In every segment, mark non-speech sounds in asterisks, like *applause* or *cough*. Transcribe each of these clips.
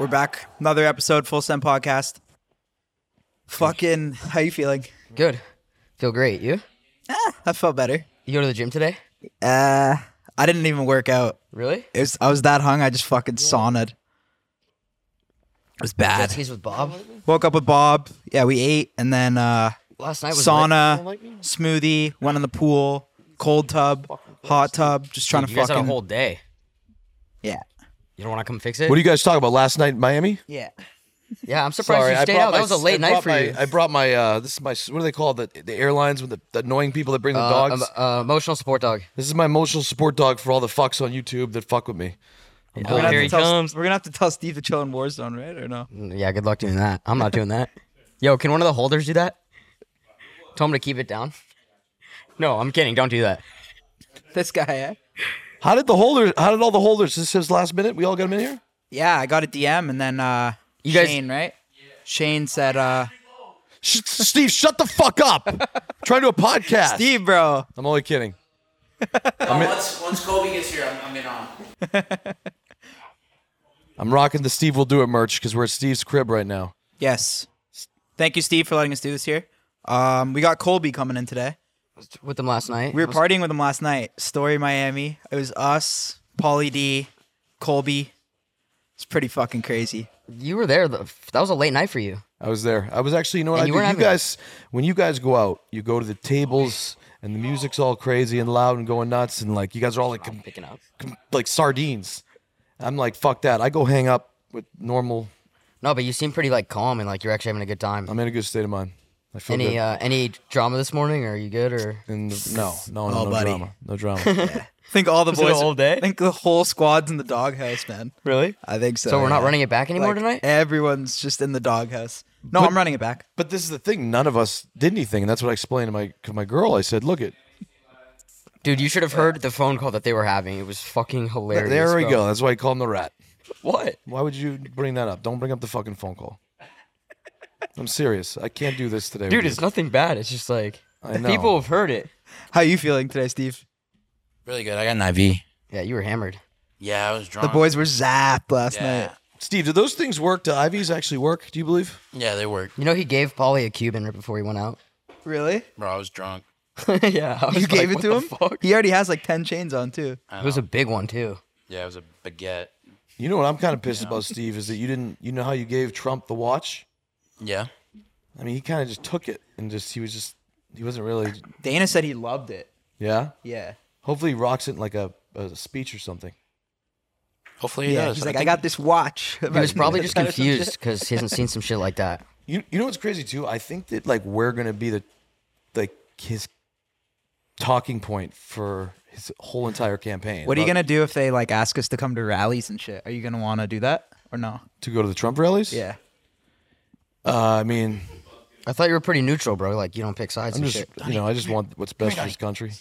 We're back. Another episode, Full Send Podcast. Fucking, how you feeling? Good. Feel great. You? Ah, I felt better. You go to the gym today? Uh, I didn't even work out. Really? It was, I was that hung. I just fucking saunaed. It was Jet bad. skis with Bob. Woke up with Bob. Yeah, we ate and then uh, Last night was lit. sauna, smoothie, went in the pool, cold tub, hot tub. Just trying Dude, you to guys had fucking a whole day. yeah, You don't want to come fix it? What are you guys talking about? Last night in Miami? yeah. yeah, I'm surprised you stayed out. That was a late I night brought for my- you. I brought my uh, this is my what do they call the the airlines with the, the annoying people that bring the Uh, dogs. um, uh, emotional support dog. this is my emotional support dog for all the fucks on YouTube that fuck with me. We're Yeah, gonna, have here to he tell, comes. Mm. we're gonna have to tell Steve to chill in Warzone, right? Or no? Yeah, good luck doing that. I'm not doing that. Yo, can one of the holders do that? Tell him to keep it down. No, I'm kidding. Don't do that. This guy, eh? How did the holders? How did all the holders? This is last minute. We all got him in here. Yeah, I got a DM and then uh, You guys- Shane, right? Shane said, uh, Sh- Steve, shut the fuck up! *laughs* I'm trying to do a podcast. Steve, bro, I'm only *laughs* kidding. once once Kobe gets here, I'm, I'm in on. *laughs* I'm rocking the Steve will do it merch because we're at Steve's crib right now. Yes. Thank you, Steve, for letting us do this here. Um, we got Colby coming in today. With them last night. We were partying with him last night. Story Miami. It was us, Paulie D, Colby. It's pretty fucking crazy. you were there. the- That was a late night for you. I was there. I was actually, you know what? And I you do? weren't having you it. guys, when you guys go out, you go to the tables and the music's all crazy and loud and going nuts and like you guys are all like com- Picking up. com- like sardines. I'm like, fuck that. I go hang up with normal. No, but you seem pretty like calm and like you're actually having a good time. I'm in a good state of mind. I feel any good. uh, any drama this morning? Are you good or? and the- no, no, no, Oh, no buddy. drama, no drama. *laughs* I think all the it a boys. whole day? I think the whole squad's in the doghouse, man. Really? I think so. So we're not yeah. running it back anymore Like, tonight? Everyone's just in the doghouse. No, I'm running it back. but this is the thing. None of us did anything, and that's what I explained to my to my girl. I said, look it. Dude, you should have heard the phone call that they were having. It was fucking hilarious. There we bro. go. That's why I call him the rat. What? Why would you bring that up? Don't bring up the fucking phone call. I'm serious. I can't do this today, with Dude, you. it's nothing bad. It's just like I the know. people have heard it. How you feeling today, Steve? Really good. I got an IV. Yeah, you were hammered. Yeah, I was drunk. The boys were zapped last Yeah. night. Steve, do those things work? Do IVs actually work? Do you believe? Yeah, they work. You know he gave Polly a Cuban right before he went out. Really? Bro, I was drunk. *laughs* yeah. I was You like, gave it what to the him? fuck? He already has like 10 chains on, too. I It was know. a big one too. yeah, it was a baguette. You know what I'm kind of pissed about, Steve, is that you didn't. You know how you gave Trump the watch? Yeah. I mean, he kind of just took it and just he was just he wasn't really. Dana said he loved it. Yeah. Yeah. Hopefully, he rocks it in like a, a speech or something. Hopefully he Yeah, does. he's like, I got this *laughs* watch. He was probably just confused because he hasn't seen some shit like that. You you know what's crazy too? I think that like we're gonna be the like his talking point for his whole entire campaign. What are you about- gonna do if they like ask us to come to rallies and shit? Are you gonna want to do that or no? to go to the Trump rallies? Yeah, *laughs* Uh, I mean, *laughs* I thought you were pretty neutral, bro. Like you don't pick sides I'm and just shit. you know I just want what's best for this country.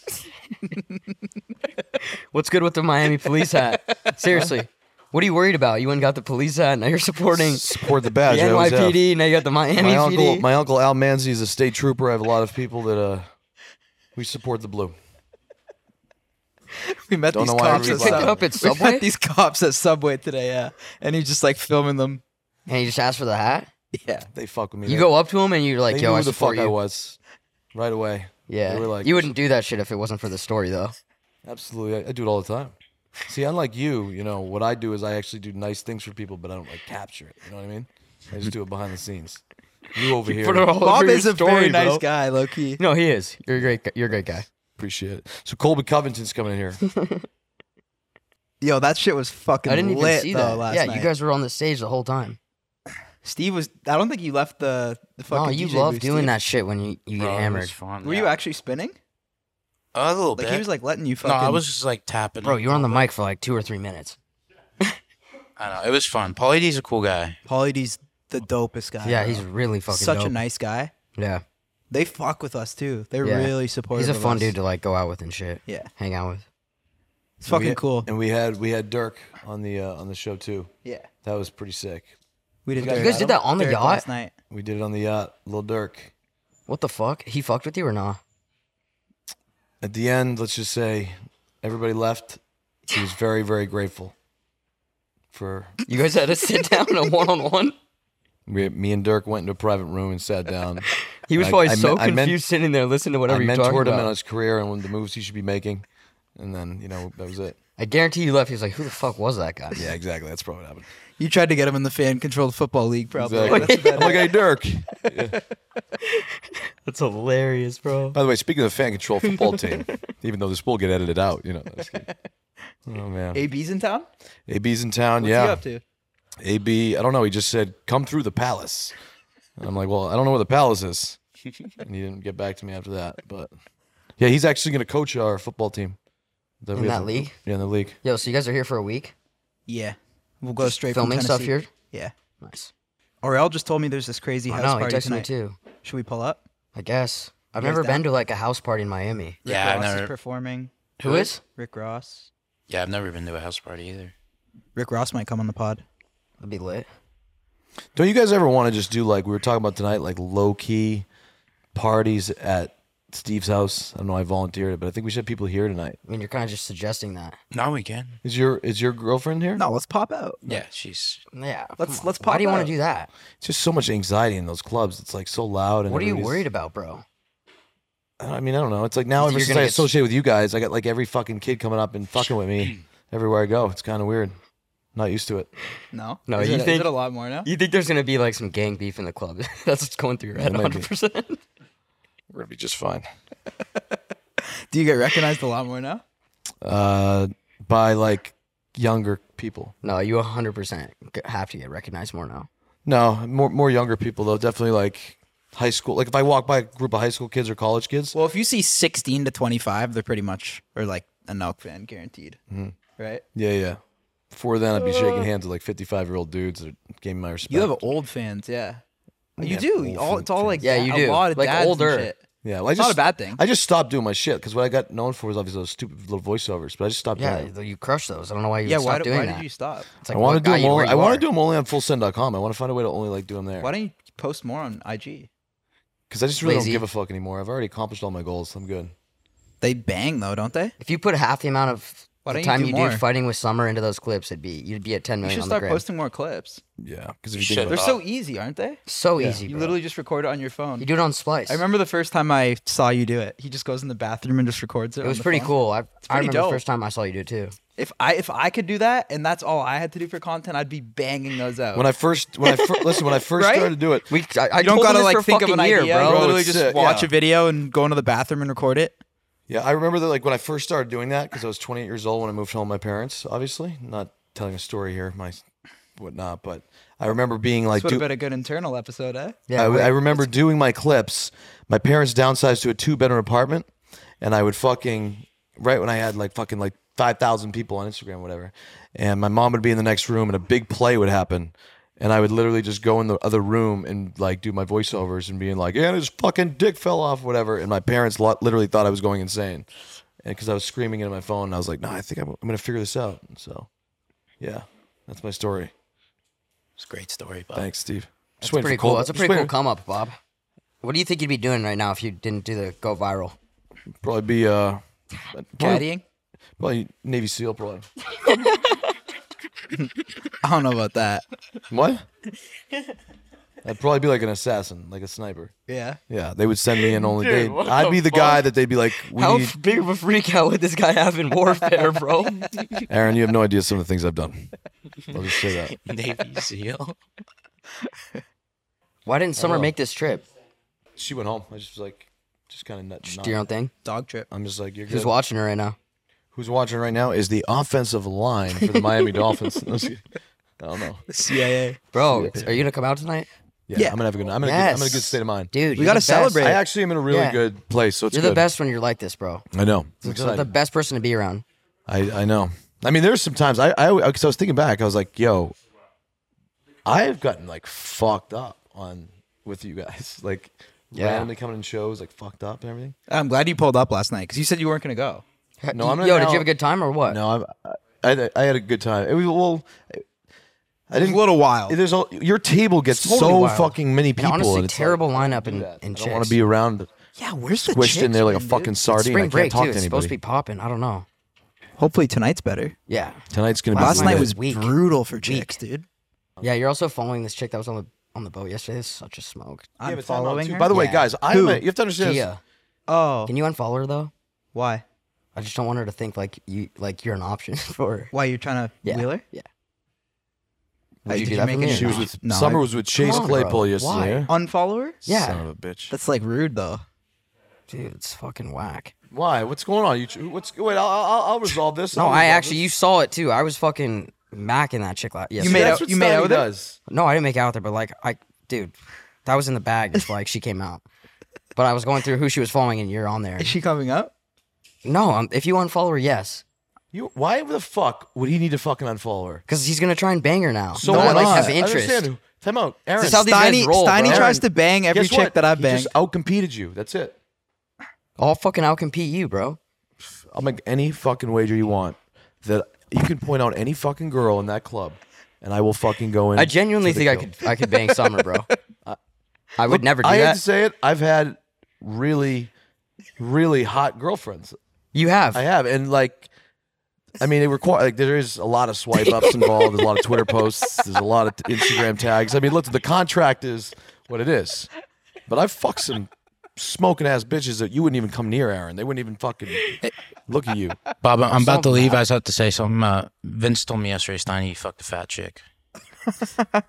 What's good with the Miami police *laughs* hat? Seriously. What are you worried about? You went and got the police hat, now you're supporting Support the the badge. I always have. NYPD, now you got the Miami my PD. uncle, my uncle Al Manzi is a state trooper. I have a lot of people that uh, we support the blue. we met Don't these know why I cops read at like Subway. that. Picked up at *laughs* We met Subway? these cops at Subway today, yeah, and he's just like filming them. and you just asked for the hat. Yeah, They fuck with me. You They- go up to him and you're like, They "Yo, knew I who the support fuck you." I was right away. Yeah, They were like, you wouldn't do that shit if it wasn't for the story, though. Absolutely, I, I do it all the time. See, unlike you, you know what I do is I actually do nice things for people, but I don't like capture it. You know what I mean? I just do it behind the scenes. You over here, Bob is a very nice guy, low key. No, he is. You're a great. You're a great guy. appreciate it. So Colby Covington's coming *laughs* in here. Yo, that shit was fucking I didn't even lit see though that. last yeah, night. you guys were on the stage the whole time. Steve was. I don't think you left the the fucking. no, you DJ love booth, doing Steve. that shit when you, you Bro, get it was hammered, fun, Were yeah. you actually spinning? a little Like bit? he was like letting you no, fucking. I was just like tapping. bro. You were on the mic for like two or three minutes. I know. It was fun. Paulie D's a cool guy. Paulie D's the dopest guy. yeah, bro. he's really fucking such a dope. nice guy. Yeah, They fuck with us too. They're yeah. really supportive. He's a of fun us. dude to like go out with and shit. Yeah. hang out with. It's fucking We- cool. And we had we had Dirk on the uh, on the show too. Yeah. That was pretty sick. We did. You guys Dirk- did that Dirk on the Dirk yacht? last night. We did it on the yacht, little Dirk. What the fuck? He fucked with you or nah? At the end, let's just say everybody left. He was very very grateful for You guys had to sit down in a one on one. we, me and Dirk went into a private room and sat *laughs* down. He was I- probably I so men- I confused men- sitting there listening to I whatever you're talking mentored him in about. his career and the moves he should be making, and then you know that was it. I guarantee you left. He was like, "Who the fuck was that guy?" Yeah, exactly. That's probably what happened. You tried to get him in the fan controlled football league, probably. Exactly. I'm like, hey, Dirk. *laughs* That's hilarious, bro. By the way, speaking of the fan control football team, even though this will get edited out, you know. I'm just kidding. *laughs* Oh man, AB's in town? What's AB's in town. he yeah, up to? AB. I don't know. He just said, "Come through the palace," and I'm like, "Well, I don't know where the *laughs* palace is," and he didn't get back to me after that. But yeah, he's actually going to coach our football team. we In have that to- league? Yeah, in the league. Yo, so you guys are here for a week Yeah. We'll go straight filming from stuff Tennessee. here. Yeah. Nice. Aurel just told me there's this crazy I house know. He party texted me tonight. too. Should we pull up? I guess I've You guys never down? been to like a house party in Miami. Rick Yeah, I've Ross is never- performing. Who is? Rick Ross. Yeah, I've never been to a house party either. Rick Ross might come on the pod. That'd be lit. Don't you guys ever want to just do like we were talking about tonight, like low key parties at Steve's house? I don't know. I volunteered it, but I think we should have people here tonight. I mean, you're kind of just suggesting that. No, we can. Is your is your girlfriend here? No, let's pop out. Yeah, she's. Yeah. come Let's- on. let's Why pop do you want out. to do that? It's just so much anxiety in those clubs. It's like so loud. And What are you everybody's- worried about, bro? I don't- I mean, I don't know. It's like now You're ever since gonna I get- associate with you guys, I got like every fucking kid coming up and fucking with me everywhere I go. It's kind of weird. Not used to it. No. No, is you it, is think- it a lot more now? You think there's gonna be like some gang beef in the club? *laughs* That's what's going through your head, *laughs* Yeah, maybe. 100. percent We're gonna be just fine. Do you get recognized a lot more now? Uh, by like younger people. No, you 100 percent have to get recognized more now. No, more more younger people though. Definitely like high school. Like if I walk by a group of high school kids or college kids, Well, if you see 16 to 25, they're pretty much, or like a Nelk fan guaranteed. Right? yeah, yeah. Before then, I'd be shaking hands with like fifty-five year old dudes that gave me my respect. You have old fans, yeah. You have do. old All, it's all fans. like Yeah, da- you A do. lot of Like, dads and older. shit. Yeah, well, I It's not just, a bad thing. I just stopped doing my shit because what I got known for was obviously those stupid little voiceovers, but I just stopped Yeah, doing it. though you crush those. I don't know why you Yeah, stopped why, do- doing why that. did you stop? It's like, I what want to do got them you where only. I you want are? to do them only on fullsend.com. I want to find a way to only like do them there Why don't you post more on IG? because I just really Lazy. don't give a fuck anymore. I've already accomplished all my goals. I'm good. They bang though, don't they? If you put half the amount of Why the don't you time do you more? do fighting with Summer into those clips, it'd be you'd be at 10 You million should on the start gram. posting more clips. Yeah, because if You you should. think They're about so easy, aren't they? so easy, You bro. literally just record it on your phone. you do it on Splice. I remember the first time I saw you do it. He just goes in the bathroom and just records it. it was pretty cool. I, I pretty remember dope. the first time I saw you do it too. If I if I could do that and that's all I had to do for content, I'd be banging those out. when I first when I fir- listen when *laughs* I first Right? started to do it, We I, I you don't told him gotta this like for a think of fucking an year, idea. bro. You Bro, literally it's just sick, watch yeah. a video and go into the bathroom and record it. Yeah, I remember that like when I first started doing that because I was 28 years old when I moved home with my parents. Obviously, not telling a story here, my whatnot, but I remember being like, This would have do- been a good internal episode, eh? Yeah, I, wait. I remember doing my clips. My parents downsized to a two bedroom apartment, and I would fucking right when I had like fucking like five thousand people on Instagram, whatever. And my mom would be in the next room, and a big play would happen, and I would literally just go in the other room and like do my voiceovers and being like, "Yeah, his fucking dick fell off, whatever." And my parents lo- literally thought I was going insane, and because I was screaming into my phone, and I was like, "No, I think I'm, I'm gonna figure this out." So, yeah, that's my story. It's a great story, but Thanks, Steve. Oh. That's Just waiting for pretty cool. Cole- That's a just pretty cool waiting- come up, Bob. What do you think you'd be doing right now if you didn't do the go viral? Probably be uh. probably- Caddying? Probably Navy SEAL, probably. I don't know about that. What? I'd probably be like an assassin, like a sniper. Yeah. Yeah, they would send me in only. Dude, they what I'd the be the fuck? guy that they'd be like, we How need, f- big of a freak out would this guy have *laughs* in warfare, bro? Aaron, you have no idea some of the things I've done. I'll just say that. *laughs* *laughs* Navy SEAL. Why didn't Summer make this trip? She went home. I just was like, just kind of Do your own thing. Dog trip. I'm just like, you're good. Who's watching her right now? Who's watching right now is the offensive line for the Miami Dolphins. *laughs* No, I'm just kidding. I don't know. CIA. Bro, are you gonna come out tonight? Yeah, Yeah. I'm gonna have a good. I'm gonna. Good, I'm gonna good state of mind, Dude, We you're gotta the best. celebrate. I actually am in a really Yeah. good place, so it's You're good. the best when you're like this, bro. I know. I'm You're the excited. best person to be around. I, I know. I mean, there's some times I I because I was thinking back, I was like, yo, I've gotten like fucked up on with you guys, *laughs* like Yeah. randomly coming in shows, like fucked up and everything. I'm glad you pulled up last night because you said you weren't gonna go. No, I'm not Yo, now- did you have a good time or what? No, I've, I I had a good time. It was well, I It's didn't. a little wild. There's all your table gets Totally so wild. fucking many And people. honestly, and it's terrible like, lineup and I and don't want to be around Yeah, where's the squished in chicks there like a been, dude? fucking sardine. I spring can't break talk too. to It's anybody. supposed to be popping. I don't know. Hopefully tonight's better. Yeah. Tonight's gonna be. Last night lit. was Weak. brutal for chicks, dude. Yeah, you're also following this chick that was on the on the boat yesterday. This is such a smoke. I'm but time out, following too. her. By the way, Yeah. guys, I am. Who? A, you have to understand. This. Gia, oh, can you unfollow her though? why? I just don't want her to think like you like you're an option *laughs* for her. Why you're trying to Yeah. wheel her? Yeah. Hey, did you do you that make for it me? or She was not? with No, Summer I- was with Chase Come on, Claypool bro. Why? yesterday. unfollow her? Yeah. Son of a bitch. That's like rude though. Dude, it's fucking whack. Why? What's going on? You ch- what's wait? I'll I'll, I'll resolve this. No, I'll I resolve actually this. you saw it too. I was fucking macking that chick last. Yes. You made That's out- what you made Stoney out with her? does. No, I didn't make out with her, but like I, dude, that was in the bag. Just like she came out, but I was going through who she was following, and you're on there. Is she coming up? No, um, if you unfollow her, yes, You why the fuck would he need to fucking unfollow her? because he's gonna try and bang her now. So The what? one that's I of understand. interest. Understand. Time out, Aaron. This is how these guys Steiny, roll, Steiny bro. tries to bang every Guess chick what? that I've he banged. just outcompeted you. That's it. I'll fucking outcompete you, bro. I'll make any fucking wager you want that you can point out any fucking girl in that club, and I will fucking go in. I genuinely for think the I kill. could I could bang Summer, bro. *laughs* I- I would never do I hate that. to say it. I've had really, really hot girlfriends. you have. I have, and like, I mean, it requires like there is a lot of swipe ups involved. There's a lot of Twitter posts. There's a lot of t- Instagram tags. I mean, look, the contract is what it is. But I fucked some smoking ass bitches that you wouldn't even come near, Aaron. They wouldn't even fucking look at you. Bob, I'm about to Something leave. I just have to say something. Uh, Vince told me yesterday, Steiny, you fucked a fat chick.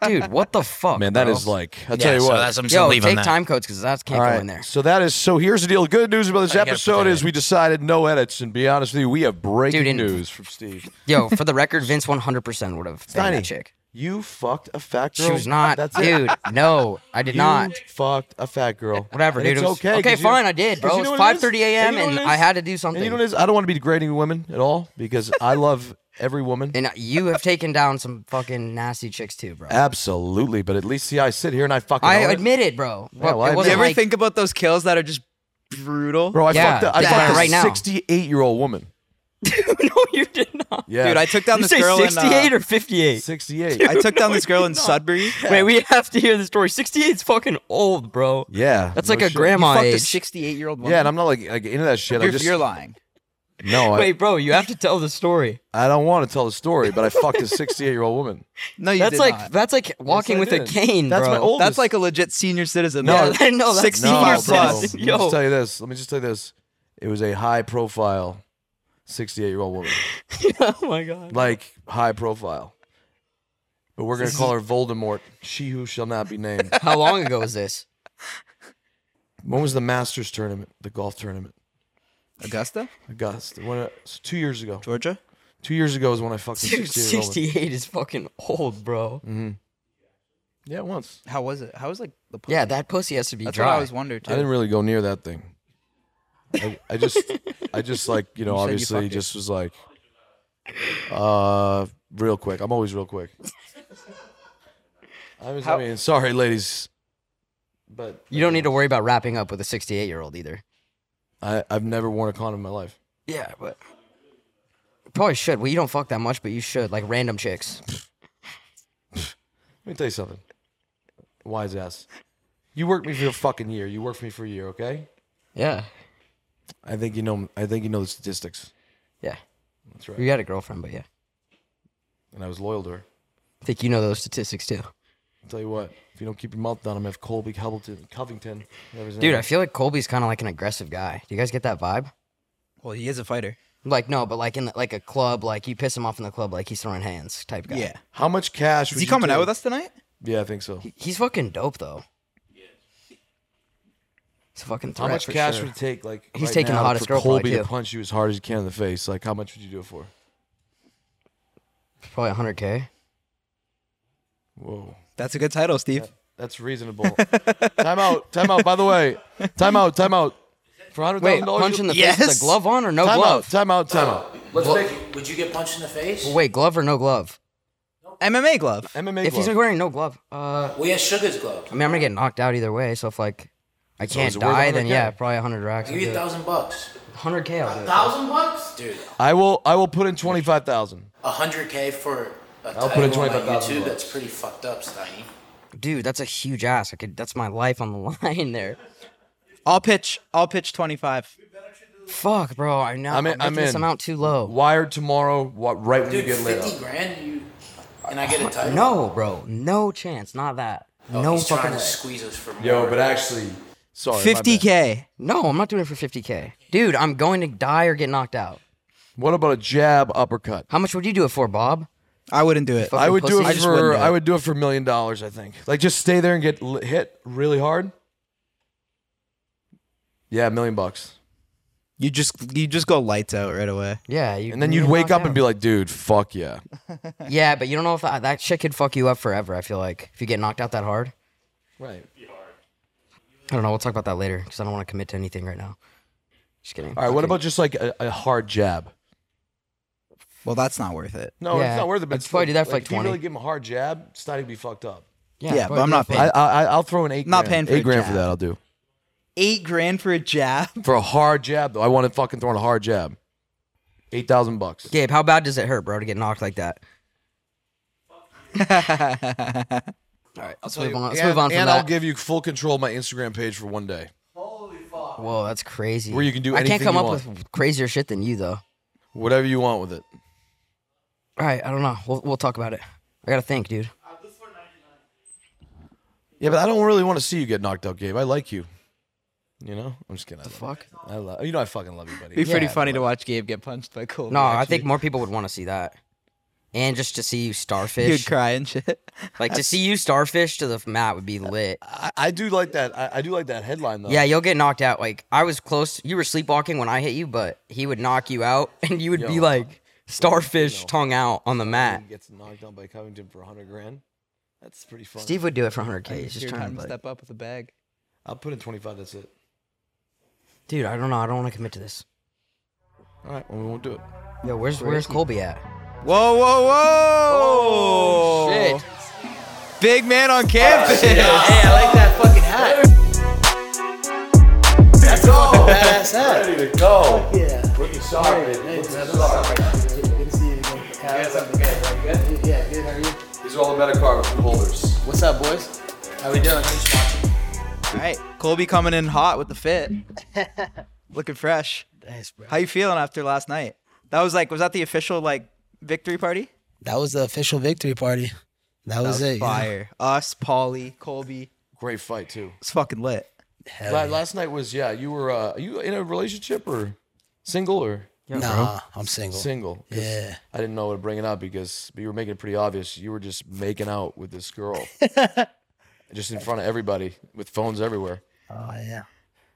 Dude, what the fuck? Man, that bro? is like I'll tell you what. So that's, I'm still Yo, leaving take that. time codes because that can't All go in there. right. So that is so. Here's the deal. The good news about this I gotta put episode that is in. we decided no edits. And be honest with you, we have breaking Dude, and- news from Steve. Yo, for the record, Vince 100% would have banged that Steiny. chick. You fucked a fat girl. She was not, That's it. dude. No, I did You not. fucked a fat girl. Whatever, And dude. It's it was- okay. okay, 'cause you- fine. I did, 'cause bro. you It know was what it is? 5:30 And a.m. you know and what it I is? had to do And something. you know what it is? I don't want to be degrading women at all *laughs* because I love every woman. And you have taken down some fucking nasty chicks too, bro. Absolutely, but at least see, I sit here and I fucking. I own it. admit it, bro. Well, well, I it you wasn't ever like, think about those kills that are just brutal? bro. I Yeah, fucked. A, I yeah, fucked a right now. sixty-eight-year-old woman. *laughs* no, you did not. Yeah, Dude, I took down You this say girl 68 in uh, or 58? sixty-eight. I took down this *laughs* girl in Sudbury. Wait, we have to hear the story. 68's fucking old, bro. yeah, That's no like a shit. grandma Fucked a age. 68 year old woman. Yeah, and I'm not like, like into that shit. you're, I just you're lying. no. I, Wait, bro, you have to tell the story. I don't want to tell the story, but I *laughs* fucked a sixty-eight-year-old woman. No, you That's did like not. that's like walking I with did. a cane, That's bro. *laughs* my old- That's like a legit senior citizen. No, *laughs* though. I know, that's- 65 No, bro. plus. Let me Yo. just tell you this. Let me just tell you this. It was a high-profile sixty-eight-year-old woman. *laughs* oh my god. like high profile. But we're gonna call her Voldemort, she who shall not be named. How long ago was this? *laughs* when was the Masters tournament, the golf tournament? Augusta, Augusta. When, uh, it's two years ago. Georgia. Two years ago is when I fucked a Dude, 60 year 68 is fucking old, bro. Yeah, once. How was it? How was like the pussy? Yeah, that pussy has to be That's dry. what I always wondered too. I didn't really go near that thing. I, I just, I *laughs* just like you know, You said you obviously, fucked it. just was like, uh, real quick. I'm always real quick. I, was, I How- mean, sorry, ladies, but you don't need to worry about wrapping up with a 68 year old either. I, I've never worn a condom in my life. Yeah, but probably should. Well, you don't fuck that much, but you should. Like random chicks. Let me tell you something. Wise ass. You worked me for a fucking year. You worked for me for a year, okay? Yeah. I think you know I think you know the statistics. Yeah. That's right. You had a girlfriend, but yeah. And I was loyal to her. I think you know those statistics too. I'll tell you what, if you don't keep your mouth down, I'm gonna have Colby Covington Covington. whatever his name Dude, I is. feel like Colby's kind of like an aggressive guy. Do you guys get that vibe? Well, he is a fighter. Like no, but like in the, like a club, like you piss him off in the club, like he's throwing hands type guy. Yeah. how much cash Is he coming out with us tonight? Yeah, I think so. he's fucking dope though. It's a fucking How threat much for cash sure. would it take like He's right taking the now hottest for girl probably, Colby to too. punch you as hard as you can in the face? Like how much would you do it for? Probably 100k. Whoa. That's a good title, Steve. That's reasonable. time out, time out, by the way. Time out, time out. For hundred Wait, thousand dollars. punch in the face with Yes. a glove on or no time out, glove? time out, time out. Would you get punched in the face? Wait, glove or no glove? MMA glove. MMA If glove. he's wearing no glove, uh, Well, yeah, Sugar's glove. I mean I'm gonna get knocked out either way. So if like I can't is it worth die, then 100K? yeah, probably 100 racks. Give you a thousand bucks. 100k. I'll do it. Thousand bucks, dude. I will. I will put in twenty five thousand. A hundred k for a I'll title put in on $25,000 YouTube. That's pretty fucked up, Steiny. Dude, that's a huge ass. *laughs* I could. That's my life on the line there. Oh, I'll pitch. I'll pitch twenty five. Fuck, bro. I know. I'm I'm, in- I'm making this in. amount too low. Wired tomorrow, what, right when you Dude, get lit up. fifty grand, you, and I get a title. Oh, No, bro. No chance. Not that. Oh, no he's fucking trying to way. squeeze us for more. Yo, but actually, sorry. my bad. 50k. No, I'm not doing it for 50k, dude. I'm going to die or get knocked out. What about a jab uppercut? How much would you do it for, Bob? I wouldn't do it. Fuck. I would do pussy. it I just wouldn't for do it. I would do it for a million dollars. I think. Like just stay there and get li- hit really hard. Yeah, a million bucks, You just you just go lights out right away. Yeah, you, and then you'd wake up and be like, "Dude, fuck yeah." like, yeah, but you don't know if that, that shit could fuck you up forever. I feel like if you get knocked out that hard, Right. I don't know. We'll talk about that later because I don't want to commit to anything right now. Just kidding. All right. What about just like a, a hard jab? Well, that's not worth it. No, Yeah, it's not worth it. I'd But it's probably do that for, like, if you 20. really give him a hard jab, it's not even be fucked up. Yeah, but I'm not I, paying. I I'll throw an eight. Not grand. paying for eight a grand for jab. that. I'll do Eight grand for a jab. *laughs* for a hard jab though. I want to fucking throw in a hard jab. Eight thousand bucks. Gabe, how bad does it hurt, bro, to get knocked like that? All right, let's move on. Let's and, move on from and I'll that. give you full control of my Instagram page for one day. Whoa, that's crazy. Where you can do I can't anything come you up want. with crazier shit than you, though. Whatever you want with it. All right, I don't know. We'll, we'll talk about it. I gotta think, dude. Yeah, but I don't really want to see you get knocked out, Gabe. I like you. You know, I'm just kidding. I love Fuck. you. I love you. Know I fucking love you, buddy. Be pretty Yeah, funny to watch Gabe get punched by Colby. No, I actually. think more people would want to see that, and just to see you starfish, he'd cry and shit. like to see you starfish to the f- mat would be lit. I, I do like that. I, I do like that headline though. Yeah, you'll get knocked out. Like I was close. You were sleepwalking when I hit you, but he would knock you out, *laughs* and you would be Yo. like starfish, tongue out on the mat. He gets knocked out by Covington for 100 grand. That's pretty funny. Steve would do it for 100k. *laughs* He's It's just your trying time to to like, step up with a bag. I'll put in 25. That's it. dude. I don't know. I don't want to commit to this. All right, well, we won't do it. Yo, where's where's Colby at? Whoa, whoa, whoa! Shit. Big man on *laughs* campus. Hey, I like that fucking hat. That's all badass hat. Ready to go. Yeah. Looking sorry. Good to see you again. Yeah, good. How are you? These are all the Metacar holders. What's up, boys? How we doing? All right, Colby coming in hot with the *laughs* fit, looking fresh. Thanks, bro. How you feeling after last night? That was like, was that the official like victory party? That was the official victory party. That, was, it. Fire. Us, Paulie, Colby. Great fight too. It's fucking lit. Yeah. La- Last night was yeah. You were uh, are you in a relationship or single or Nah, I'm single. single? 'Cause Yeah. I didn't know what to bring it up because you were making it pretty obvious. You were just making out with *laughs* this girl, just in front of everybody with phones everywhere. Oh yeah.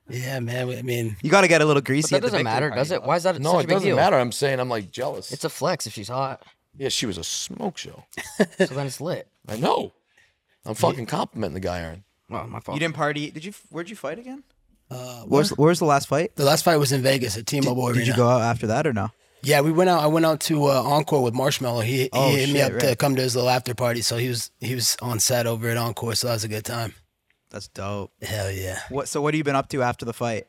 Yeah, man. we- I mean, You got to get a little greasy. That at the doesn't victory matter, party, does it? though. Why is that No, such a it big doesn't deal? matter. I'm saying I'm like jealous. It's a flex if she's hot. yeah, she was a smoke show. So then it's lit. *laughs* I know. I'm fucking complimenting the guy, Aaron. Well, my fault. You didn't party. Did you? Where'd you fight again? uh, Where's Where's the last fight? the last fight was in Vegas at T-Mobile Did Arena. you go out after that or no? Yeah, we went out. I went out to uh, Encore with Marshmallow. He, Oh, he hit me shit, up to right. come to his little after party, so he was he was on set over at Encore, so that was a good time. That's *laughs* dope. Hell yeah. What? So what have you been up to after the fight?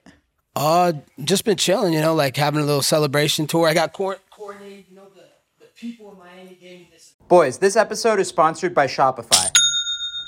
Uh, just been chilling, you know, like having a little celebration tour. I got court coordinated, you know, the, the people in Miami gave me this. Boys, this episode is sponsored by Shopify.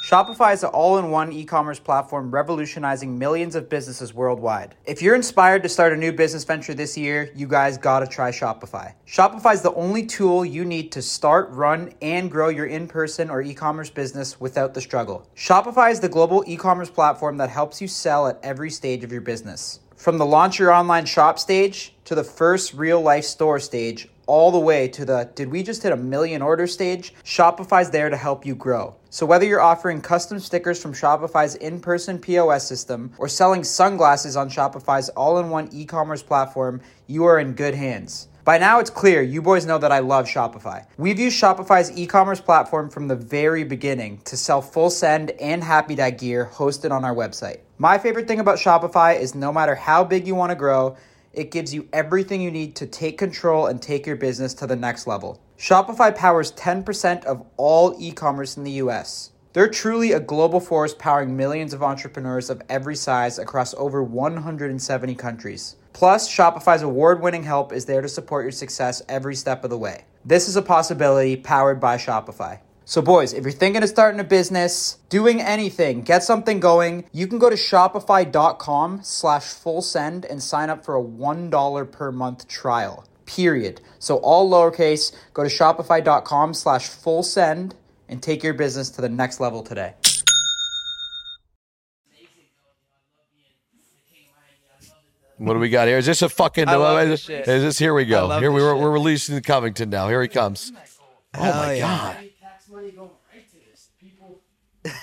Shopify is an all in one e commerce platform revolutionizing millions of businesses worldwide. If you're inspired to start a new business venture this year, you guys gotta try Shopify. Shopify is the only tool you need to start, run, and grow your in person or e commerce business without the struggle. Shopify is the global e commerce platform that helps you sell at every stage of your business. From the launch your online shop stage to the first real life store stage, all the way to the did we just hit a million order stage? Shopify's there to help you grow. So whether you're offering custom stickers from Shopify's in-person POS system or selling sunglasses on Shopify's all-in-one e-commerce platform, you are in good hands. By now, it's clear you boys know that I love Shopify. We've used Shopify's e commerce platform from the very beginning to sell full send and happy dye gear hosted on our website. My favorite thing about Shopify is no matter how big you want to grow, it gives you everything you need to take control and take your business to the next level. Shopify powers 10% of all e commerce in the US. They're truly a global force powering millions of entrepreneurs of every size across over 170 countries. Plus, Shopify's award winning help is there to support your success every step of the way. This is a possibility powered by Shopify. So, boys, if you're thinking of starting a business, doing anything, get something going, you can go to shopify.com slash full send and sign up for a $1 per month trial, period. So, all lowercase, go to shopify.com slash full send and take your business to the next level today. What do we got here? Is this a fucking? I love is, this shit. is this here we I go? love Here we this were. shit. We're releasing the Covington now. Here he comes. Oh my Hell yeah. god! Tax money going right to this. People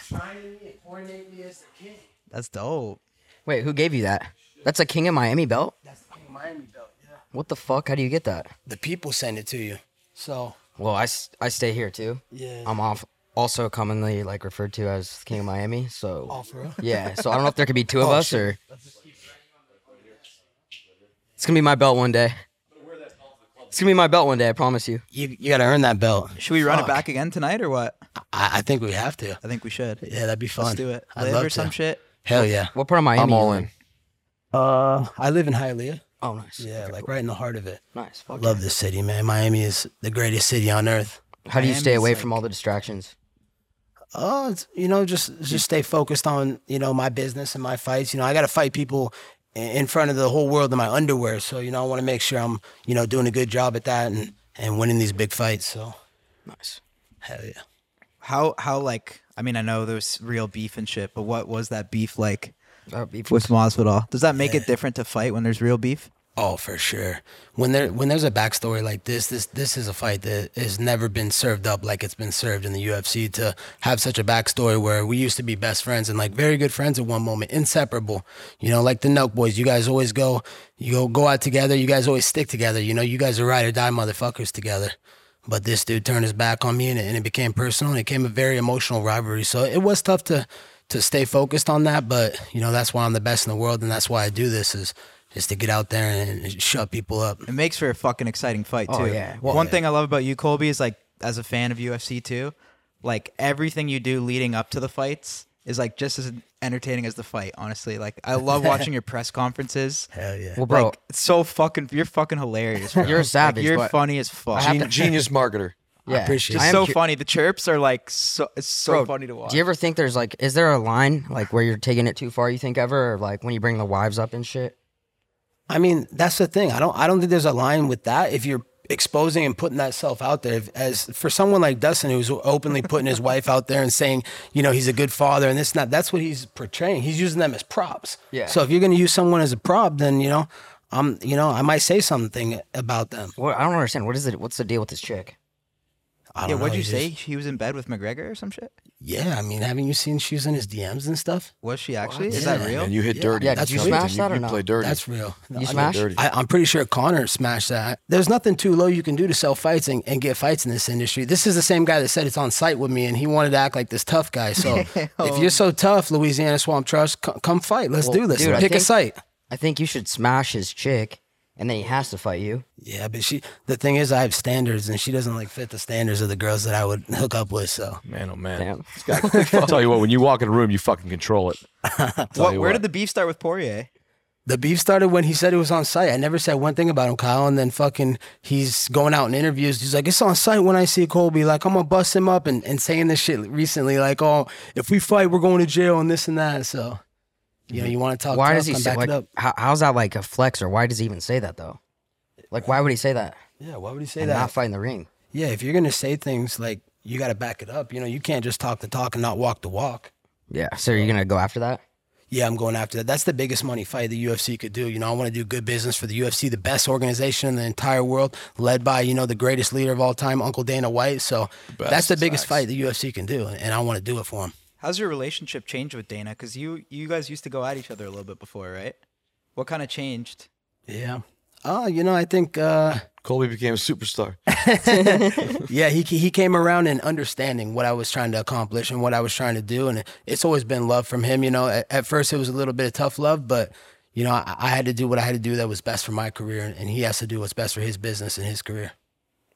shining me and coordinating me as their king. That's dope. Wait, who gave you that? That's a King of Miami belt? That's the king of Miami belt. Yeah. What the fuck? How do you get that? The people send it to you. So Well, I, s- I stay here too. yeah. I'm off. Also commonly like referred to as King of Miami, so off real. *laughs* yeah. So I don't know if there could be two of us or. It's gonna be my belt one day. It's gonna be my belt one day. I promise you. You you gotta earn that belt. Should we run Fuck. it back again tonight or what? I, I think we have to. I think we should. Yeah, that'd be fun. Let's do it. I'd Live love or some to. shit. Hell yeah. What part of Miami? I'm all you in. Uh, I live in Hialeah. Oh, nice. Yeah, like right in the heart of it. Nice. Fuck Love this city, man. Miami is the greatest city on earth. yeah. How do you stay Miami's away like- from all the distractions? Oh, it's, you know, just just stay focused on you know my business and my fights. You know, I got to fight people i- in front of the whole world in my underwear. So you know, I want to make sure I'm you know doing a good job at that and and winning these big fights. So Nice. hell yeah. How how like I mean I know there was real beef and shit, but what was that beef like Uh, beef with was- Masvidal? Does that make it different to fight when there's real beef? Oh, for sure. When there when there's a backstory like this, this this is a fight that has never been served up like it's been served in the UFC to have such a backstory where we used to be best friends and like very good friends at one moment, inseparable. You know, like the Nelk boys, you guys always go you go go out together, you guys always stick together, you know, you guys are ride or die motherfuckers together. But this dude turned his back on me and it, and it became personal and it became a very emotional rivalry. So it was tough to to stay focused on that, but you know, that's why I'm the best in the world and that's why I do this is is to get out there and, and shut people up. It makes for a fucking exciting fight too. Oh, yeah. Well, One yeah. thing I love about you, Colby, is like as a fan of UFC too, like everything you do leading up to the fights is like just as entertaining as the fight. Honestly, like I love *laughs* watching your press conferences. Hell yeah. Well, bro, Like it's so fucking you're fucking hilarious. bro. You're a Like, savage, you're but funny as fuck. have Gene- to- Gen- Genius marketer. yeah, appreciate I It's am so cu- funny. The chirps are like so. It's so Bro, funny to watch. Do you ever think there's like, is there a line like where you're taking it too far? You think ever, or like when you bring the wives up and shit? I mean, that's the thing. I don't I don't think there's a line with that if you're exposing and putting that self out there If- as for someone like Dustin who's openly putting his wife out there and saying, you know, he's a good father and this and that, that's what he's portraying. He's using them as props. Yeah. So if you're gonna use someone as a prop, then you know, I'm you know, I might say something about them. What I don't understand. What is it? What's the deal with this chick? I don't yeah, know, what'd you he say? just- She was in bed with McGregor or some shit. yeah, I mean, haven't you seen shoes in his DMs and stuff? Was she actually? What? Is Yeah, that real? And you hit dirty. Yeah, did you nothing. smash that or you no? play dirty. That's real. You I- smash? dirty. I, I'm pretty sure Connor smashed that. There's nothing too low you can do to sell fights and, and get fights in this industry. This is the same guy that said it's on site with me, and he wanted to act like this tough *laughs* guy. So Oh. if you're so tough, Louisiana Swamp Trust, c- come fight. Let's do this. dude, I Pick a think- site. I think you should smash his chick, and then he has to fight you. Yeah, but she. The thing is, I have standards, and she doesn't like fit the standards of the girls that I would hook up with. So man, oh man. Damn. I'll tell you what. When you walk in a room, you fucking control it. What, where did the beef start with Poirier? the beef started when he said it was on site. I never said one thing about him, Kyle. And then fucking, he's going out in interviews. He's like, it's on site when I see Colby. Like, I'm gonna bust him up and, and saying this shit recently. Like, oh, if we fight, we're going to jail and this and that. So, you know, you want to talk? Why tough, does he Oh, come say back like? it up? How, how's that like a flex, or why does he even say that though? Like, why would he say that? Yeah, why would he say And that? not fight in the ring. yeah, if you're gonna say things like, you got to back it up. You know, you can't just talk the talk and not walk the walk. Yeah. So you're gonna go after that? yeah, I'm going after that. That's the biggest money fight the UFC could do. You know, I want to do good business for the UFC, the best organization in the entire world, led by, you know, the greatest leader of all time, Uncle Dana White. So that's the biggest fight the UFC can do, and I want to do it for him. How's your relationship changed with Dana? Because you you guys used to go at each other a little bit before, right? What kind of changed? Yeah. Oh, you know, I think uh, Colby became a superstar. yeah, he he came around and understanding what I was trying to accomplish and what I was trying to do, and it's always been love from him. You know, at, at first it was a little bit of tough love, but you know, I, I had to do what I had to do that was best for my career, and he has to do what's best for his business and his career.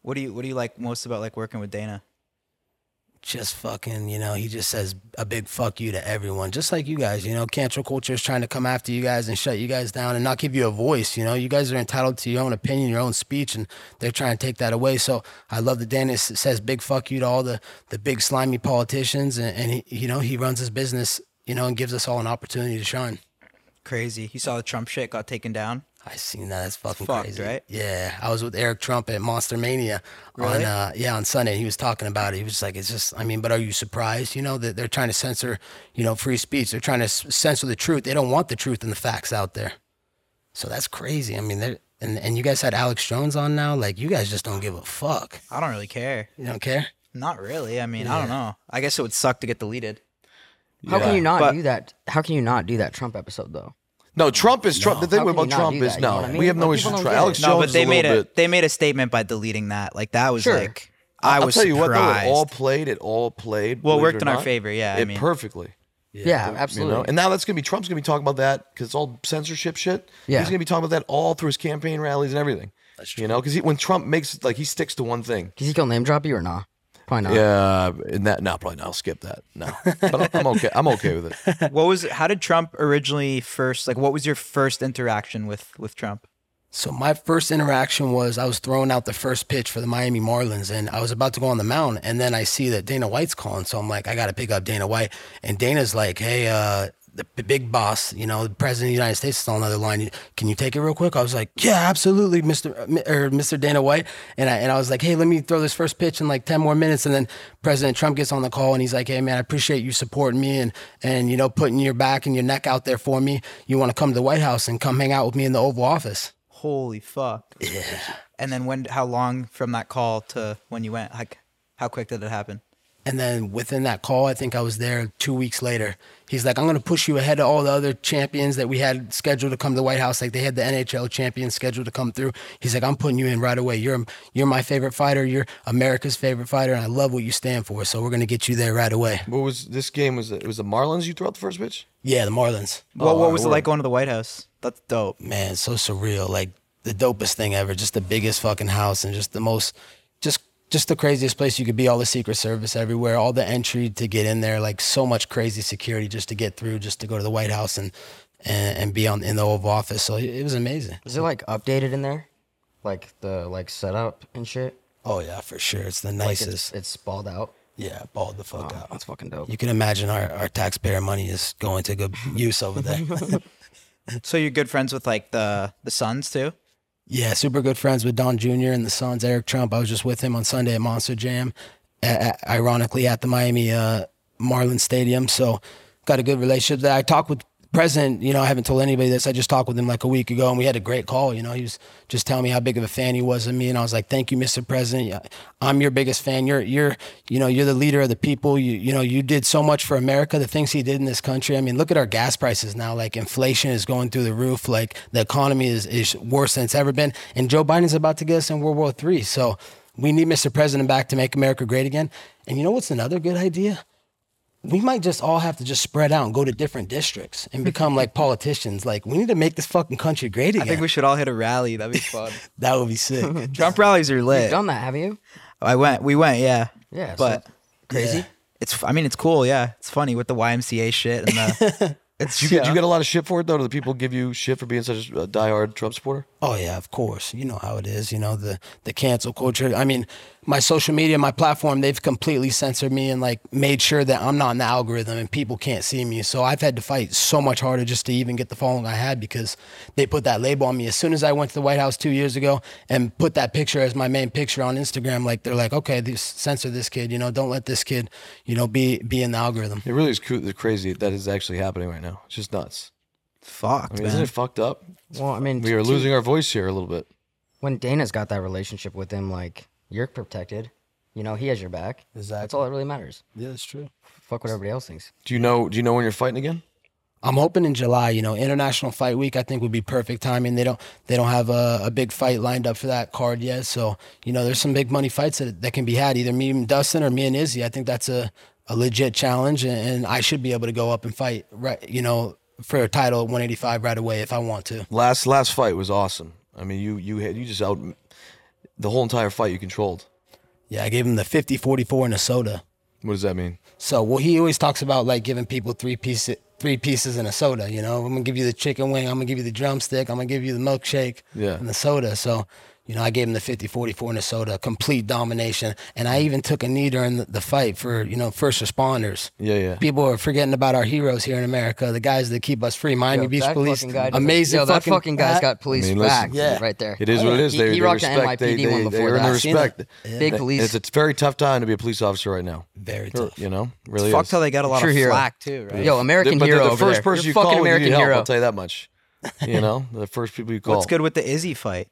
What do you what do you like most about like working with Dana? just fucking, you know, he just says a big fuck you to everyone, just like you guys, you know. Cancel culture is trying to come after you guys and shut you guys down and not give you a voice, you know. You guys are entitled to your own opinion, your own speech, and they're trying to take that away. So I love that Dennis says big fuck you to all the, the big slimy politicians, and, and he, you know, he runs his business, you know, and gives us all an opportunity to shine. Crazy. You saw the Trump shit got taken down. I seen that. That's fucking fucked, crazy, right? Yeah, I was with Eric Trump at Monster Mania on Really? uh, yeah on Sunday. He was talking about it. He was like, "It's just, I mean, but are you surprised? You know that they're trying to censor, you know, free speech. They're trying to s- censor the truth. They don't want the truth and the facts out there. So that's crazy. I mean, they're and and you guys had Alex Jones on now. Like you guys just don't give a fuck. I don't really care. You don't care. Not really. I mean, I don't know. I guess it would suck to get deleted. How can you not But- do that? How can you not do do that Trump episode though? No, Trump is Trump. The thing How can about you not Trump do is that? You know no. what I mean? We have no Like, issue. people with don't Trump. get it. Alex No, No, Jones but they is a made little a bit. they made a statement by deleting that. Like that was Sure. like I I'll was tell you what, though, surprised. it all played. It all played. Well, it believe worked or in our not. favor, yeah, I it mean. perfectly. Yeah, You absolutely. know, and now that's gonna be Trump's gonna be talking about that because it's all censorship shit. Yeah. he's gonna be talking about that all through his campaign rallies and everything. That's true. You know, because when Trump makes like he sticks to one thing. Does he kill name drop you or not? Probably not. Yeah, and that no, probably not. I'll skip that. No, but I'm- I'm okay. I'm okay with *laughs* it. what was how did Trump originally first like what was your first interaction with with Trump? So my first interaction was I was throwing out the first pitch for the Miami Marlins, and I was about to go on the mound, and then I see that Dana White's calling, so I'm like, I got to pick up Dana White, and Dana's like, Hey, uh, the b- big boss, you know, the president of the United States is on the other line. Can you take it real quick? I was like, Yeah, absolutely, Mister or Mister Dana White, and I and I was like, Hey, let me throw this first pitch in like ten more minutes, and then President Trump gets on the call, and he's like, Hey, man, I appreciate you supporting me and and you know putting your back and your neck out there for me. You want to come to the White House and come hang out with me in the Oval Office. Holy fuck. Yeah. And then when how long from that call to when you went? Like how quick did it happen? And then within that call, I think I was there two weeks later. He's like, I'm going to push you ahead of all the other champions that we had scheduled to come to the White House. Like they had the NHL champions scheduled to come through. He's like, I'm putting you in right away. You're you're my favorite fighter. You're America's favorite fighter, and I love what you stand for. So we're going to get you there right away. *laughs* What was this game? Was it was the Marlins? You threw out the first pitch. Yeah, the Marlins. Well, what was it word. like going to the White House? That's dope. man, so surreal. Like the dopest thing ever. Just the biggest fucking house and just the most, just just the craziest place you could be. All the Secret Service everywhere. All the entry to get in there. Like so much crazy security just to get through. Just to go to the White House and and, and be on in the Oval Office. So it, it was amazing. Is it like updated in there? Like the like setup and shit? Oh yeah, for sure. It's the Like nicest. it's, it's spalled out. yeah, balled the fuck out. That's fucking dope. You can imagine our, our taxpayer money is going to good use over *laughs* there. So you're good friends with like the the sons too? Yeah, super good friends with Don Jr. and the Sons, Eric Trump. I was just with him on Sunday at Monster Jam, a- a- ironically at the Miami uh, Marlins Stadium. So got a good relationship there. I talked with the president, you know, I haven't told anybody this. I just talked with him like a week ago and we had a great call. You know, he was just telling me how big of a fan he was of me. And I was like, thank you, Mr. President. Yeah, I'm your biggest fan. You're, you're, you know, you're the leader of the people. You, you know, you did so much for America, the things he did in this country. I mean, look at our gas prices now. Like inflation is going through the roof. Like the economy is, is worse than it's ever been. And Joe Biden's about to get us in World War III. So we need Mr. President back to make America great again. And you know what's another good idea? We might just all have to just spread out and go to different districts and become like politicians. Like we need to make this fucking country great I think again. we should all hit a rally. That'd be fun. that would *laughs* be sick. Trump rallies are lit. Done that, have you? I went. We went. Yeah. Yeah, so But that's crazy. Yeah. it's. I mean, it's cool. Yeah. It's funny with the YMCA shit and the. It's Do you, get, do yeah. you get a lot of shit for it though? Do the people give you shit for being such a diehard Trump supporter? Oh yeah, of course. You know how it is. You know the the cancel culture. I mean, my social media, my platform, they've completely censored me and like made sure that I'm not in the algorithm and people can't see me. So I've had to fight so much harder just to even get the following I had because they put that label on me as soon as I went to the White House two years ago and put that picture as my main picture on Instagram. Like they're like, okay, this, censor this kid. You know, don't let this kid, you know, be be in the algorithm. It really is cru- crazy that is actually happening right now. It's just nuts. I fucked, mean, isn't man. it fucked up? Well, I mean, We are t- losing our voice here a little bit. when Dana's got that relationship with him, like you're protected. You know, he has your back. That's Exactly. all that really matters. Yeah, that's true. Fuck what everybody else thinks. Do you know? Do you know when you're fighting again? I'm hoping in July. You know, International Fight Week I think would be perfect timing. They don't they don't have a, a big fight lined up for that card yet. So you know, there's some big money fights that, that can be had. Either me and Dustin or me and Izzy. I think that's a, a legit challenge, and, and I should be able to go up and fight right. You know, for a title at 185 right away if I want to. Last last fight was awesome. I mean, you you had you just out the whole entire fight you controlled. Yeah, I gave him the 50 44 and a soda. What does that mean? So, well, he always talks about like giving people three pieces, three pieces and a soda. You know, I'm gonna give you the chicken wing, I'm gonna give you the drumstick, I'm gonna give you the milkshake, Yeah. and the soda. So, you know, I gave him the 50, 44 and the soda, complete domination. And I even took a knee during the, the fight for you know first responders. Yeah, yeah. People are forgetting about our heroes here in America, the guys that keep us free. Miami Yo, Beach that Police, fucking guy does- amazing. Yo, that fucking, fucking guy's got police I mean, listen, facts Yeah. right there. It is what it is. He, They, he they rocked respect. the NYPD they, one they, before they earn that. the I've seen respect. Big They- police. It's a very tough time to be a police officer right now. very tough. You know, really. Fuck is. till they got a lot True of hero. flack too, right? Yo, American but hero They're the over first there. person You're you fucking call when you American need help. hero. I'll tell you that much. *laughs* You know, the first people you call. What's good with the Izzy fight?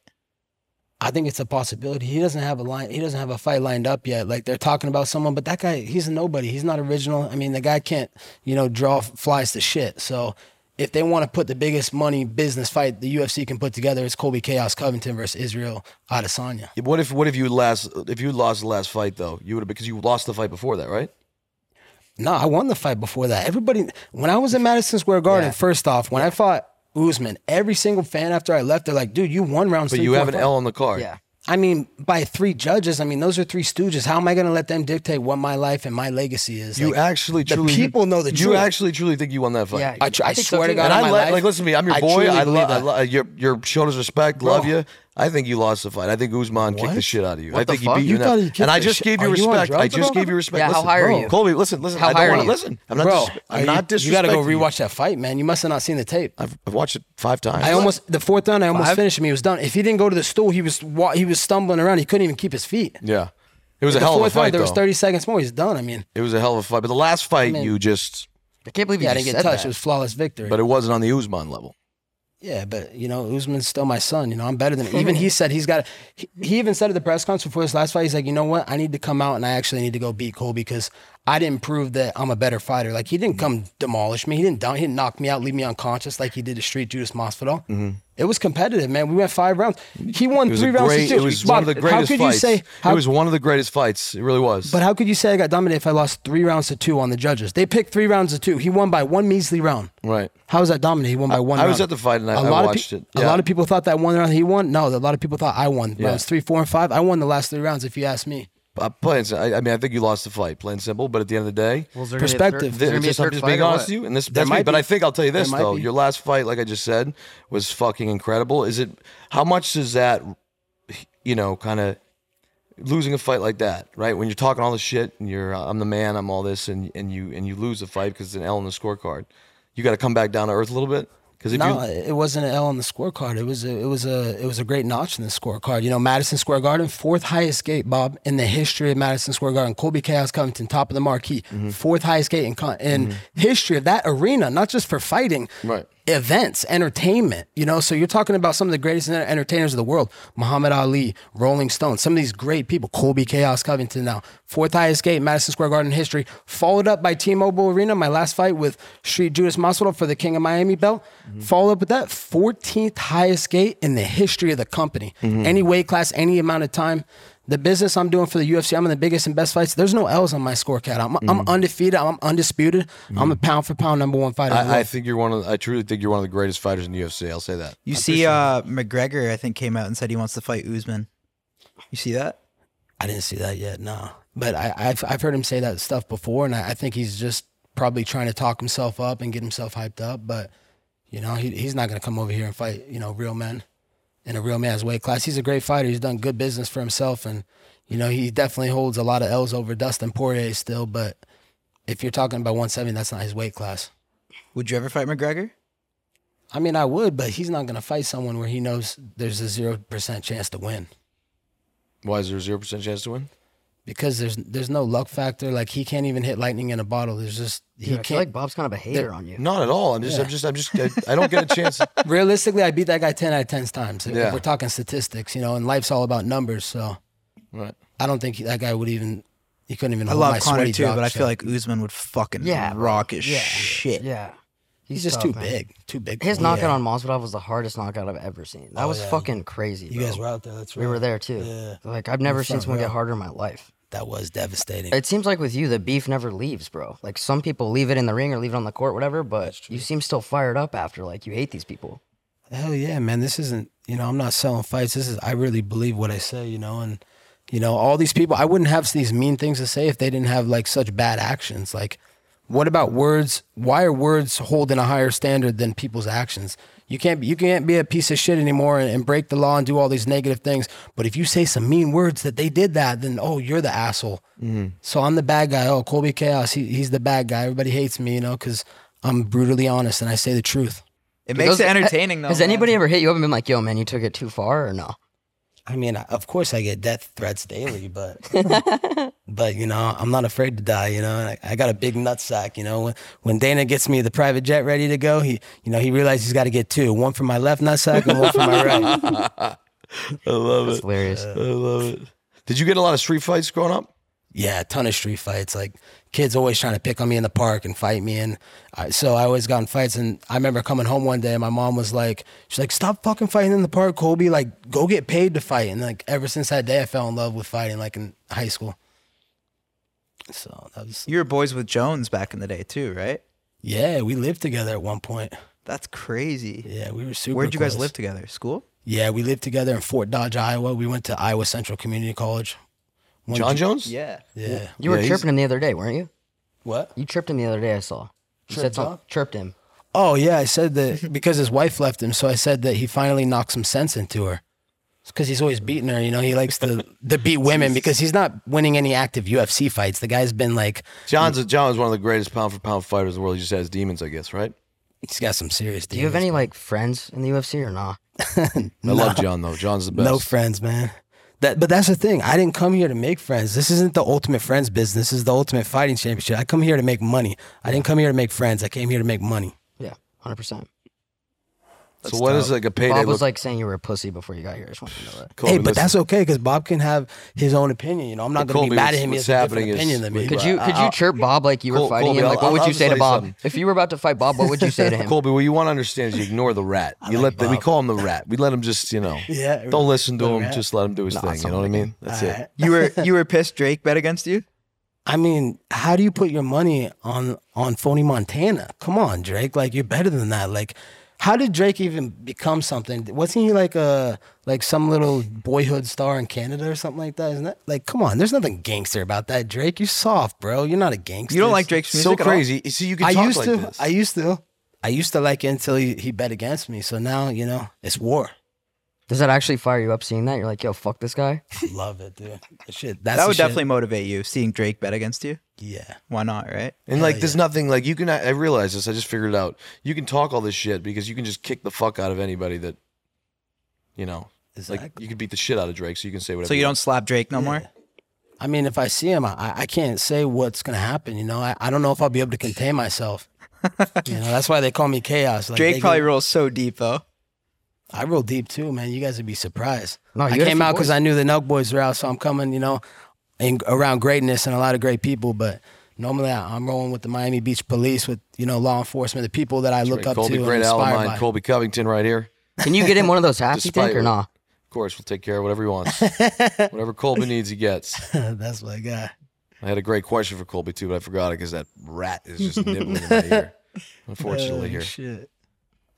I think it's a possibility. He doesn't have a line. He doesn't have a fight lined up yet. Like they're talking about someone, but that guy, he's a nobody. He's not original. I mean, the guy can't, you know, draw f- flies to shit. So if they want to put the biggest money business fight the UFC can put together, it's Colby Chaos Covington versus Israel Adesanya. What if what if you last if you lost the last fight though you would have because you lost the fight before that right? No, I won the fight before that. Everybody, when I was in Madison Square Garden, first off, when I fought Usman, every single fan after I left, they're like, "Dude, you won round." But you have an L on the card. Yeah. I mean, by three judges. I mean, those are three stooges. How am I going to let them dictate what my life and my legacy is? You Like, actually the truly people know the you truth. actually truly think you won that fight. Yeah. I, tr- I, I think so, swear to too. God, And on I my like life, like listen to me. I'm your boy. truly I, lo- believe I that. lo- uh, your your shoulders respect. Love you. I think you lost the fight. I think Usman kicked the What? shit out of you. I the think fuck? he beat you. You in that- thought he kicked and I the just shit- gave you Are you on respect. I drugs, just bro? gave you respect. Yeah, how Listen, high are bro, you? Colby? Listen, listen. How I high don't are want to you? listen. I'm not. bro. dis- are I'm not disrespecting. You got to go you. rewatch that fight, man. You must have not seen the tape. I've, I've watched it five times. I almost the fourth round. I almost Five? finished him. He was done. If he didn't go to the stool, he was wa- he was stumbling around. He couldn't even keep his feet. Yeah, it was a The hell of a fourth round, fight there was though. thirty seconds more. He's done. I mean, It was a hell of a fight. But the last fight, mean- you just. I can't believe you yeah, I just didn't said get touched. that. It was flawless victory. But it wasn't on the Usman level. Yeah, but you know, Usman's still my son. You know, I'm better than him. *laughs* Even he said he's got. He, he even said at the press conference before his last fight, he's like, you know what? I need to come out and I actually need to go beat Cole because I didn't prove that I'm a better fighter. Like he didn't come demolish me. He didn't down. He didn't knock me out, leave me unconscious like he did to Street Judas Masvidal. It was competitive, man. We went five rounds. He Mm-hmm. It won was three a rounds. to great. two. It was Bob, one of the greatest How could fights. you say? How, it was one of the greatest fights. It really was. but how could you say I got dominated if I lost three rounds to two on the judges? They picked three rounds to two. He won by one measly round. right. How was that dominant? He won by one. I was round. at the fight and I- A I lot watched of it. pe- A Yeah. lot of people thought that one round he won. No, a lot of people thought I won Yeah. rounds three, four, and five. I won the last three rounds. If you ask me, Uh, plain and sim- I, I mean, I think you lost the fight, plain and simple. But at the end of the day, Was there gonna be a third- perspective. there Th- gonna be a just- I'm third just fight being or honest what? with you, and this that's might me. But be. I think I'll tell you this might though: be. your last fight, like I just said, was fucking incredible. Is it? How much does that, you know, kind of losing a fight like that, right? When you're talking all this shit and you're, uh, I'm the man, I'm all this, and and you and you lose the fight because it's an L on the scorecard. You got to come back down to earth a little bit because if no, you, it wasn't an L on the scorecard. It was a, it was a it was a great notch in the scorecard. You know, Madison Square Garden, fourth highest gate, Bob, in the history of Madison Square Garden. Colby Chaos Covington, top of the marquee, Mm-hmm. fourth highest gate in con- in history of that arena. Not just for fighting, Right. Events, entertainment. You know, so you're talking about some of the greatest enter- entertainers of the world: Muhammad Ali, Rolling Stone, some of these great people. Colby Chaos Covington, now fourth highest gate, Madison Square Garden history, followed up by T-Mobile Arena. My last fight with Street Judas Masvidal for the King of Miami belt. Mm-hmm. Followed up with that 14th highest gate in the history of the company. Mm-hmm. Any weight class, any amount of time. The business I'm doing for the UFC, I'm in the biggest and best fights. There's no L's on my scorecard. I'm, Mm-hmm. I'm undefeated. I'm undisputed. I'm a pound for pound number one fighter. in the I, I world. think you're one of, the- I truly think you're one of the greatest fighters in the UFC. I'll say that. You see, uh, McGregor, I think, came out and said he wants to fight Usman. You see that? I didn't see that yet, no. But I, I've I've heard him say that stuff before, and I, I think he's just probably trying to talk himself up and get himself hyped up. But you know, he he's not gonna come over here and fight you know real men in a real man's weight class. He's a great fighter. He's done good business for himself, and you know he definitely holds a lot of L's over Dustin Poirier still. But if you're talking about 170, that's not his weight class. Would you ever fight McGregor? I mean, I would, but he's not gonna fight someone where he knows there's a zero percent chance to win. Why is there a zero percent chance to win? because there's there's no luck factor. Like he can't even hit lightning in a bottle. There's just he Dude, I feel like can't. Bob's kind of a hater on you. Not at all. I'm just, I'm just, I'm just, I, I don't get a *laughs* chance. realistically, I beat that guy ten out of ten times. If- if Yeah. we're talking statistics, you know, and life's all about numbers. So Right. I don't think he- that guy would even. He couldn't even. I hold love my Connor sweaty too, drop, but I so. feel like Usman would fucking Yeah, bro. rock his Yeah. shit. Yeah. he's just tough, too man. big, too big. His for me. knockout Yeah. Oh, on Masvidal was the hardest knockout I've ever seen. That was yeah. fucking crazy. You bro. guys were out there. That's right. We were there too. Yeah. Like I've never seen front someone get row. harder in my life. That was devastating. It seems like with you, the beef never leaves, bro. Like some people leave it in the ring or leave it on the court, whatever. But you seem still fired up after. Like you hate these people. Hell yeah, man. This isn't, you know, I'm not selling fights. This is, I really believe what I say, you know, and You know, all these people, I wouldn't have these mean things to say if they didn't have like such bad actions. Like, what about words? Why are words holding a higher standard than people's actions? You can't be, you can't be a piece of shit anymore and, and break the law and do all these negative things. But if you say some mean words that they did that, then oh, you're the asshole. So I'm the bad guy. Oh, Colby Chaos, he, he's the bad guy. Everybody hates me, you know, because I'm brutally honest and I say the truth. It makes eh, Those- it entertaining though. Has man. anybody ever hit you up and been like, "Yo, man, you took it too far," or no? I mean, I- of course I get death threats daily, but but you know, I'm not afraid to die. You know, and I, I got a big nutsack. You know, when, when Dana gets me the private jet ready to go, he you know he realizes he's got to get two, one for my left nutsack and one for my right. I love Uh, That's it. hilarious. I love it. Did you get a lot of street fights growing up? Yeah, a ton of street fights. Like kids always trying to pick on me in the park and fight me, and I, so I always got in fights. And I remember coming home one day, and my mom was like, "She's like, stop fucking fighting in the park, Colby. Like, go get paid to fight." And like ever since that day, I fell in love with fighting, like in high school. So that was You were boys with Jones back in the day too, right? Yeah, we lived together at one point. That's crazy. Yeah, we were super. Where'd you guys close. live together? School? Yeah, we lived together in Fort Dodge, Iowa. We went to Iowa Central Community College. One John ju- Jones? Yeah. Yeah. You were Yeah, he's- chirping him the other day, weren't you? What? You chirped him the other day. I saw. You Chirped said something. John? Chirped him. Oh yeah, I said that because his wife left him. So I said that he finally knocked some sense into her. Because he's always beating her, you know. He likes to to beat women because he's not winning any active UFC fights. The guy's been like, John's a, John is one of the greatest pound for pound fighters in the world. He just has demons, I guess, right? he's got some serious. Do you have any like friends in the UFC or not? I love John though. John's the best. No friends, man. That, but that's the thing. I didn't come here to make friends. This isn't the ultimate friends business. This is the ultimate fighting championship. I come here to make money. I didn't come here to make friends. I came here to make money. Yeah, hundred percent. so what is like a payday? Bob was look- like saying you were a pussy before you got here. I just want you to know that. Colby, hey, but listen. that's okay because Bob can have his own opinion. You know, I'm not But going Colby, to be mad what's- at him. He what's has a different happening is- opinion than me. Could you but could I- you chirp Bob like you were Col- fighting Colby, him? Like, I'll- what I'll- would I'll you say tell to you Bob something. if you were about to fight Bob? What would you say *laughs* to him? Colby, what you want to understand is you ignore the rat. you let the, we call him the rat. We let him just, you know, Yeah, don't listen to the him. rat. Just let him do his thing. You know what I mean? That's it. You *laughs* were you were pissed Drake bet against you? I mean, how do you put your money on on phony Montana? Come on, Drake. Like you're better than that. Like, how did Drake even become something? Wasn't he like a like some little boyhood star in Canada or something like that? Isn't that like come on? There's nothing gangster about that, Drake. You're soft, bro. You're not a gangster. You don't like Drake's music So at all? crazy. See, you can I talk used like to. this. I used to. I used to like it until he, he bet against me. So now you know it's war. Does that actually fire you up seeing that? You're like, yo, fuck this guy. Love it, dude. That shit. That's that the would shit. definitely motivate you seeing Drake bet against you. Yeah. Why not, right? And like, there's nothing like you can. I, I realize this. I just figured it out. You can talk all this shit because you can just kick the fuck out of anybody that, you know, like Exactly. you could beat the shit out of Drake. So you can say whatever. So you don't slap Drake no more? I mean, if I see him, I, I can't say what's gonna happen. You know, I, I don't know if I'll be able to contain myself. you know, that's why they call me chaos. Like, Drake they probably get- rolls so deep though. I roll deep too, man. You guys would be surprised. No, you I had a came few out because boys. I knew the Nelk boys were out, so I'm coming. You know, in, around greatness and a lot of great people, but. Normally, I- I'm rolling with the Miami Beach Police, with you know law enforcement, the people that I look Right, up Colby, to great and ally inspire of mine, by. Colby Covington, right here. Can you get him one *laughs* of those hats you Despite think or what- not? Of course, we'll take care of whatever he *laughs* wants. whatever Colby needs, he gets. *laughs* That's my guy. I had a great question for Colby too, but I forgot it because that rat is just nibbling in my *laughs* ear. Unfortunately, here. Oh, Shit.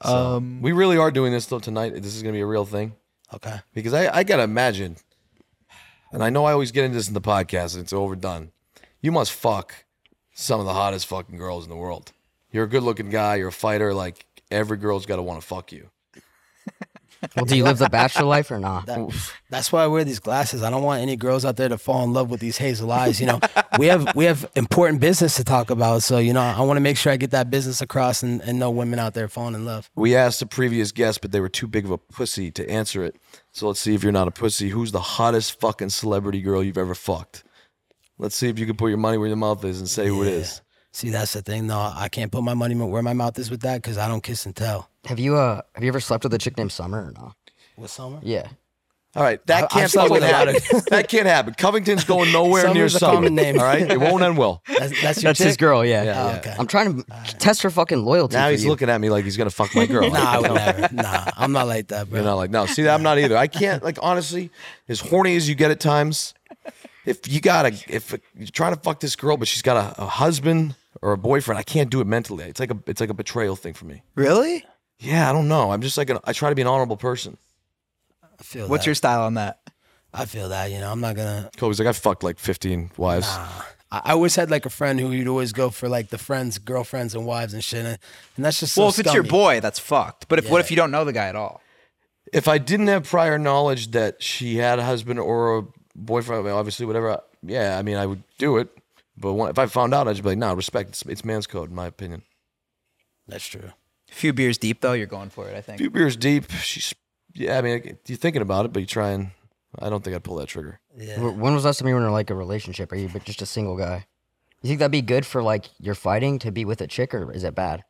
Um We really are doing this though tonight. This is gonna be a real thing Okay. because I, I gotta imagine, and I know I always get into this in the podcast and it's overdone. You must fuck some of the hottest fucking girls in the world. You're a good looking guy. You're a fighter. Like every girl's gotta want to fuck you. Well, do you live the bachelor life or *laughs* not? That's why I wear these glasses. I don't want any girls out there to fall in love with these hazel eyes. You know, *laughs* we have we have important business to talk about. So you know, I want to make sure I get that business across, and, and no women out there falling in love. We asked the previous guest, but they were too big of a pussy to answer it. So let's see if you're not a pussy. Who's the hottest fucking celebrity girl you've ever fucked? Let's see if you can put your money where your mouth is and say who it is. See, that's the thing, though. I can't put my money where my mouth is with that because I don't kiss and tell. Have you uh have you ever slept with a chick named Summer or not? With summer, Yeah. All right, that I- I've can't slept fucking with a lot happen. of- that can't happen. Covington's *laughs* going nowhere near Summer's a summer. common name. All right, it won't end well. that's, that's your That's his chick? girl, yeah. Yeah, Oh, yeah. okay. I'm *laughs* trying to test her fucking loyalty. Now for he's you. looking at me like he's gonna fuck *laughs* my girl. Nah, *laughs* I would never. Nah, I'm not like that, bro. You're not like, no, see, I'm not either. I can't, like, honestly, as horny as you get at times, if you got a, if you're trying to fuck this girl, but she's got a, a husband or a boyfriend, I can't do it mentally. It's like a, it's like a betrayal thing for me. really? Yeah, I don't know. I'm just like, an, I try to be an honorable person. I feel What's that. your style on that? I feel that. You know, I'm not gonna. Kobe's like, I fucked like 15 wives. I, I always had like a friend who you'd always go for like the friends, girlfriends, and wives and shit, and, and that's just so well, if it's your scummy. boy, that's fucked. But if what Yeah. if you don't know the guy at all? If I didn't have prior knowledge that she had a husband or a boyfriend, I mean, obviously, whatever, I, yeah, I mean, I would do it. But when, if I found out, I'd just be like, nah, respect. It's, it's man's code, in my opinion. That's true. A few beers deep, though, you're going for it. I think. few beers deep. She's, yeah, I mean, you're thinking about it, but you try and, I don't think I'd pull that trigger. Yeah. Wh- When was the last time you were in like a relationship? Are you but just a single guy? You think that'd be good for like you're fighting to be with a chick, or is it bad?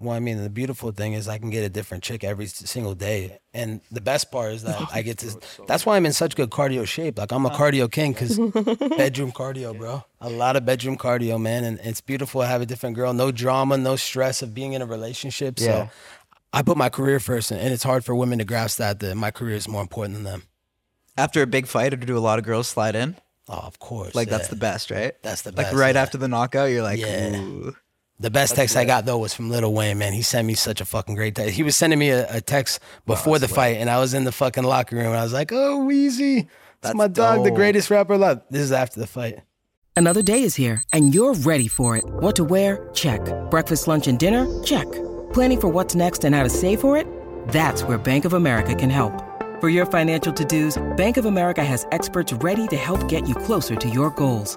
Well, I mean, the beautiful thing is I can get a different chick every s- single day, and the best part *laughs* is that I get to. That's why I'm in such good cardio shape. Like I'm a cardio *laughs* king because bedroom cardio, bro. A lot of bedroom cardio, man, and it's beautiful to have a different girl. No drama, no stress of being in a relationship. Yeah. So I put my career first, and and it's hard for women to grasp that that my career is more important than them. After a big fight, or do a lot of girls slide in? Oh, of course. Like that's yeah. the best, right? That's the Like best, right yeah. after the knockout, you're like, Yeah. ooh. The best text I got though was from Little Wayne, man. He sent me such a fucking great text. He was sending me a, a text before the fight, and I was in the fucking locker room, and I was like, "Oh, Wheezy, that's That's my dog, the dope. greatest rapper alive." This is after the fight. Another day is here, and you're ready for it. What to wear? Check. Breakfast, lunch, and dinner? Check. Planning for what's next and how to save for it? That's where Bank of America can help. For your financial to dos, Bank of America has experts ready to help get you closer to your goals.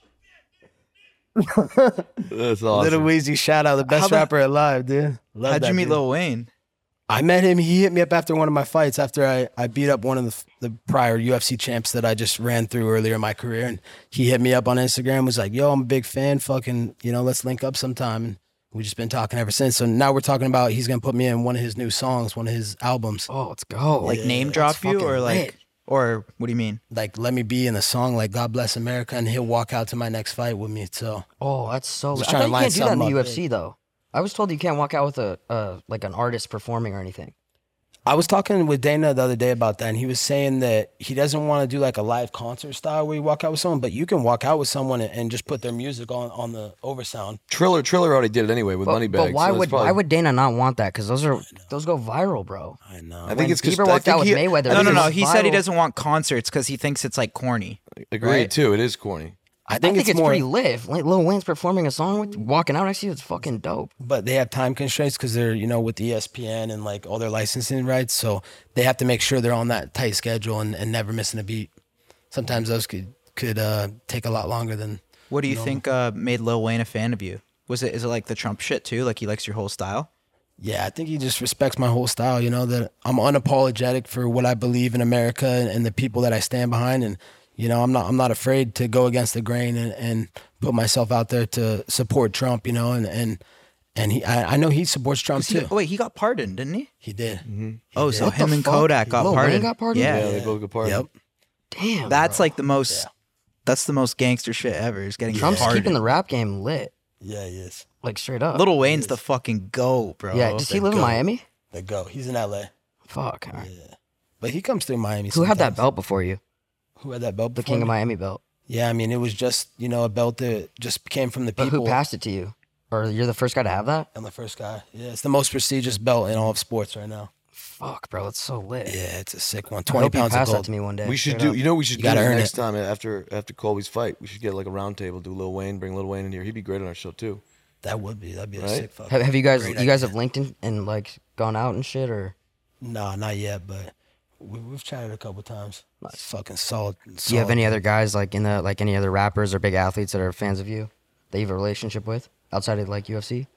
That's awesome. Little Wheezy, shout out the best How the- rapper alive, dude. Love How'd that you meet dude. Lil Wayne? I met him. He hit me up after one of my fights after I, I beat up one of the, the prior UFC champs that I just ran through earlier in my career. And he hit me up on Instagram, was like, yo, I'm a big fan. Fucking, you know, let's link up sometime. And we've just been talking ever since. So now we're talking about he's going to put me in one of his new songs, one of his albums. Oh, let's go. Like Like name drop you, fucking or like, lit. or what do you mean? Like, let me be in the song, like, God bless America. And he'll walk out to my next fight with me. So oh, that's so. Just I trying thought to you line can't do that in the something up. UFC though. I was told you can't walk out with a uh, like an artist performing or anything. I was talking with Dana the other day about that, and he was saying that he doesn't want to do like a live concert style where you walk out with someone, but you can walk out with someone and, and just put their music on on the oversound. Triller, Triller already did it anyway with But, Moneybags. but why so that's would probably- why would Dana not want that? Because those are those go viral, bro. I know. I think When it's 'cause- Bieber I walked think out with he- Mayweather. I No, it no, was no. He said he viral. doesn't want concerts because he thinks it's like corny. Agreed Right. too. It is corny. I I think it's, more, pretty live. Like Lil Wayne's performing a song with walking out next to you. It's fucking dope. but they have time constraints because they're you know with E ESPN and like all their licensing rights, so they have to make sure they're on that tight schedule and, and never missing a beat. Sometimes those could could uh, take a lot longer than. What do you think uh, made Lil Wayne a fan of you? Was it is it like the Trump shit too? Like he likes your whole style? Yeah, I think he just respects my whole style. You know that I'm unapologetic for what I believe in America and, and the people that I stand behind, and you know I'm not I'm not afraid to go against the grain and, and put myself out there to support Trump. You know, and and and he I, I know he supports Trump 'Cause he- too. oh wait, he got pardoned, didn't he? He did. Mm-hmm. Oh, so What the him and fuck? Kodak got Lil Wayne pardoned. got pardoned? Yeah, Yeah, they both apart. Yep. Damn, that's bro. like the most. That's the most gangster shit ever. Is getting Trump's pardoned. keeping the rap game lit, Yeah, he is. like straight up. Little Wayne's the fucking go, bro. yeah. Does he live in go. Miami? The go. He's in LA. Fuck. all right. But he comes through Miami. Who had that sometimes. belt before you? Who had that belt? The before King of me? Miami belt. Yeah, I mean, it was just you know a belt that just came from the But people. who passed it to you? Or you're the first guy to have that? I'm the first guy. Yeah, it's the most prestigious belt in all of sports right now. Fuck, bro. That's so lit. Yeah, it's a sick one. I Twenty hope you pounds of pass that gold. to me one day. We should straight do. up. You know, what we should You do gotta is earn next it. time after after Colby's fight. We should get like a round table. Do Lil Wayne, bring Lil Wayne in here. He'd be great on our show too. That would be that'd be a Right? sick fuck. Have, have you guys? Great you guys idea. have linked in and like gone out and shit, or Nah, not yet, but we, we've chatted a couple times. It's fucking solid. do you have any other guys like in the like any other rappers or big athletes that are fans of you that you have a relationship with outside of like UFC?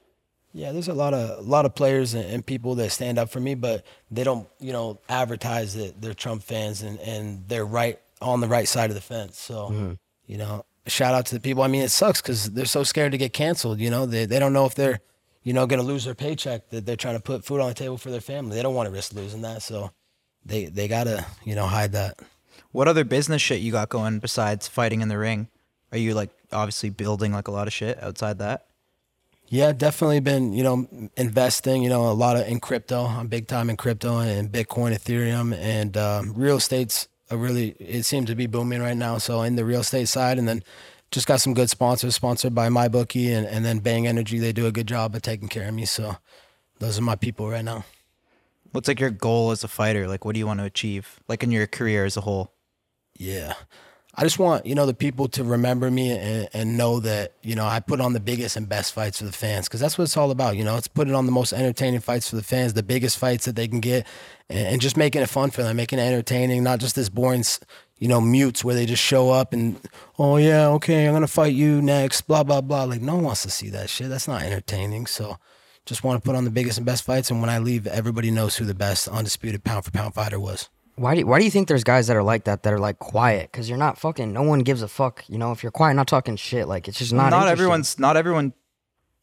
Yeah, there's a lot of a lot of players and, and people that stand up for me, but they don't, you know, advertise that they're Trump fans and and they're right on the right side of the fence. So, you know, shout out to the people. I mean, it sucks because they're so scared to get canceled. You know, they they don't know if they're, you know, gonna lose their paycheck. That they're trying to put food on the table for their family. They don't want to risk losing that. So, they they gotta you know hide that. What other business shit you got going besides fighting in the ring? Are you like obviously building like a lot of shit outside that? Yeah, definitely been, you know, investing, you know, a lot of in crypto. I'm big time in crypto and Bitcoin, Ethereum, and um, real estate's a really, it seems to be booming right now. So in the real estate side, and then just got some good sponsors, sponsored by MyBookie and, and then Bang Energy. They do a good job of taking care of me. So those are my people right now. What's like your goal as a fighter? Like, what do you want to achieve? Like in your career as a whole? Yeah. I just want, you know, the people to remember me and, and know that, you know, I put on the biggest and best fights for the fans because that's what it's all about. You know, it's putting on the most entertaining fights for the fans, the biggest fights that they can get, and, and just making it fun for them, making it entertaining, not just this boring, s- you know, mutes where they just show up and, oh, yeah, okay, I'm going to fight you next, blah, blah, blah. Like, no one wants to see that shit. That's not entertaining. So just want to put on the biggest and best fights. And when I leave, everybody knows who the best undisputed pound for pound fighter was. Why do you, why do you think there's guys that are like that that are like quiet? Because you're not fucking. No one gives a fuck. You know, if you're quiet, not talking shit, like it's just not. not interesting. everyone's not everyone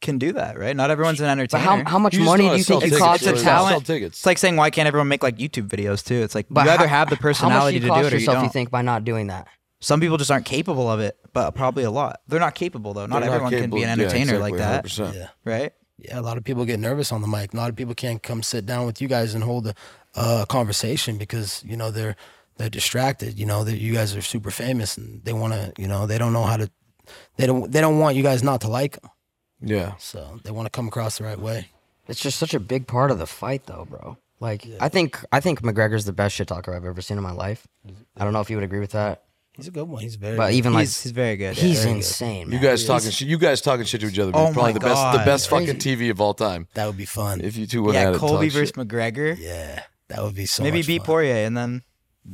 can do that, right? Not everyone's an But entertainer. how how much You just money wanna do you sell think you tickets, cost a really. Sell talent? tickets. it's like saying why can't everyone make like YouTube videos too? It's like But you either how- have the personality to do how much it cost or you yourself, don't. You think by not doing that? Some people just aren't capable of it, but probably a lot. They're not capable though. Not They're everyone can capable- be an yeah, entertainer like exactly, that, 100%. Yeah. right? yeah, a lot of people get nervous on the mic. A lot of people can't come sit down with you guys and hold a uh, conversation because you know they're they're distracted. You know that you guys are super famous and they want to. You know they don't know how to. They don't. They don't want you guys not to like 'em. Yeah. So they want to come across the right way. It's just such a big part of the fight, though, bro. Like I think I think McGregor's the best shit talker I've ever seen in my life. I don't know if you would agree with that, He's a good one. He's very. but even He's, he's very good. like yeah. he's insane. You man. guys talking shit. You guys talking shit to each other. Oh my probably the best, the God. best fucking TV of all time. that would be fun. If you two went at yeah, it, Colby talk versus shit. McGregor. yeah, that would be so. Maybe much beat fun. Poirier and then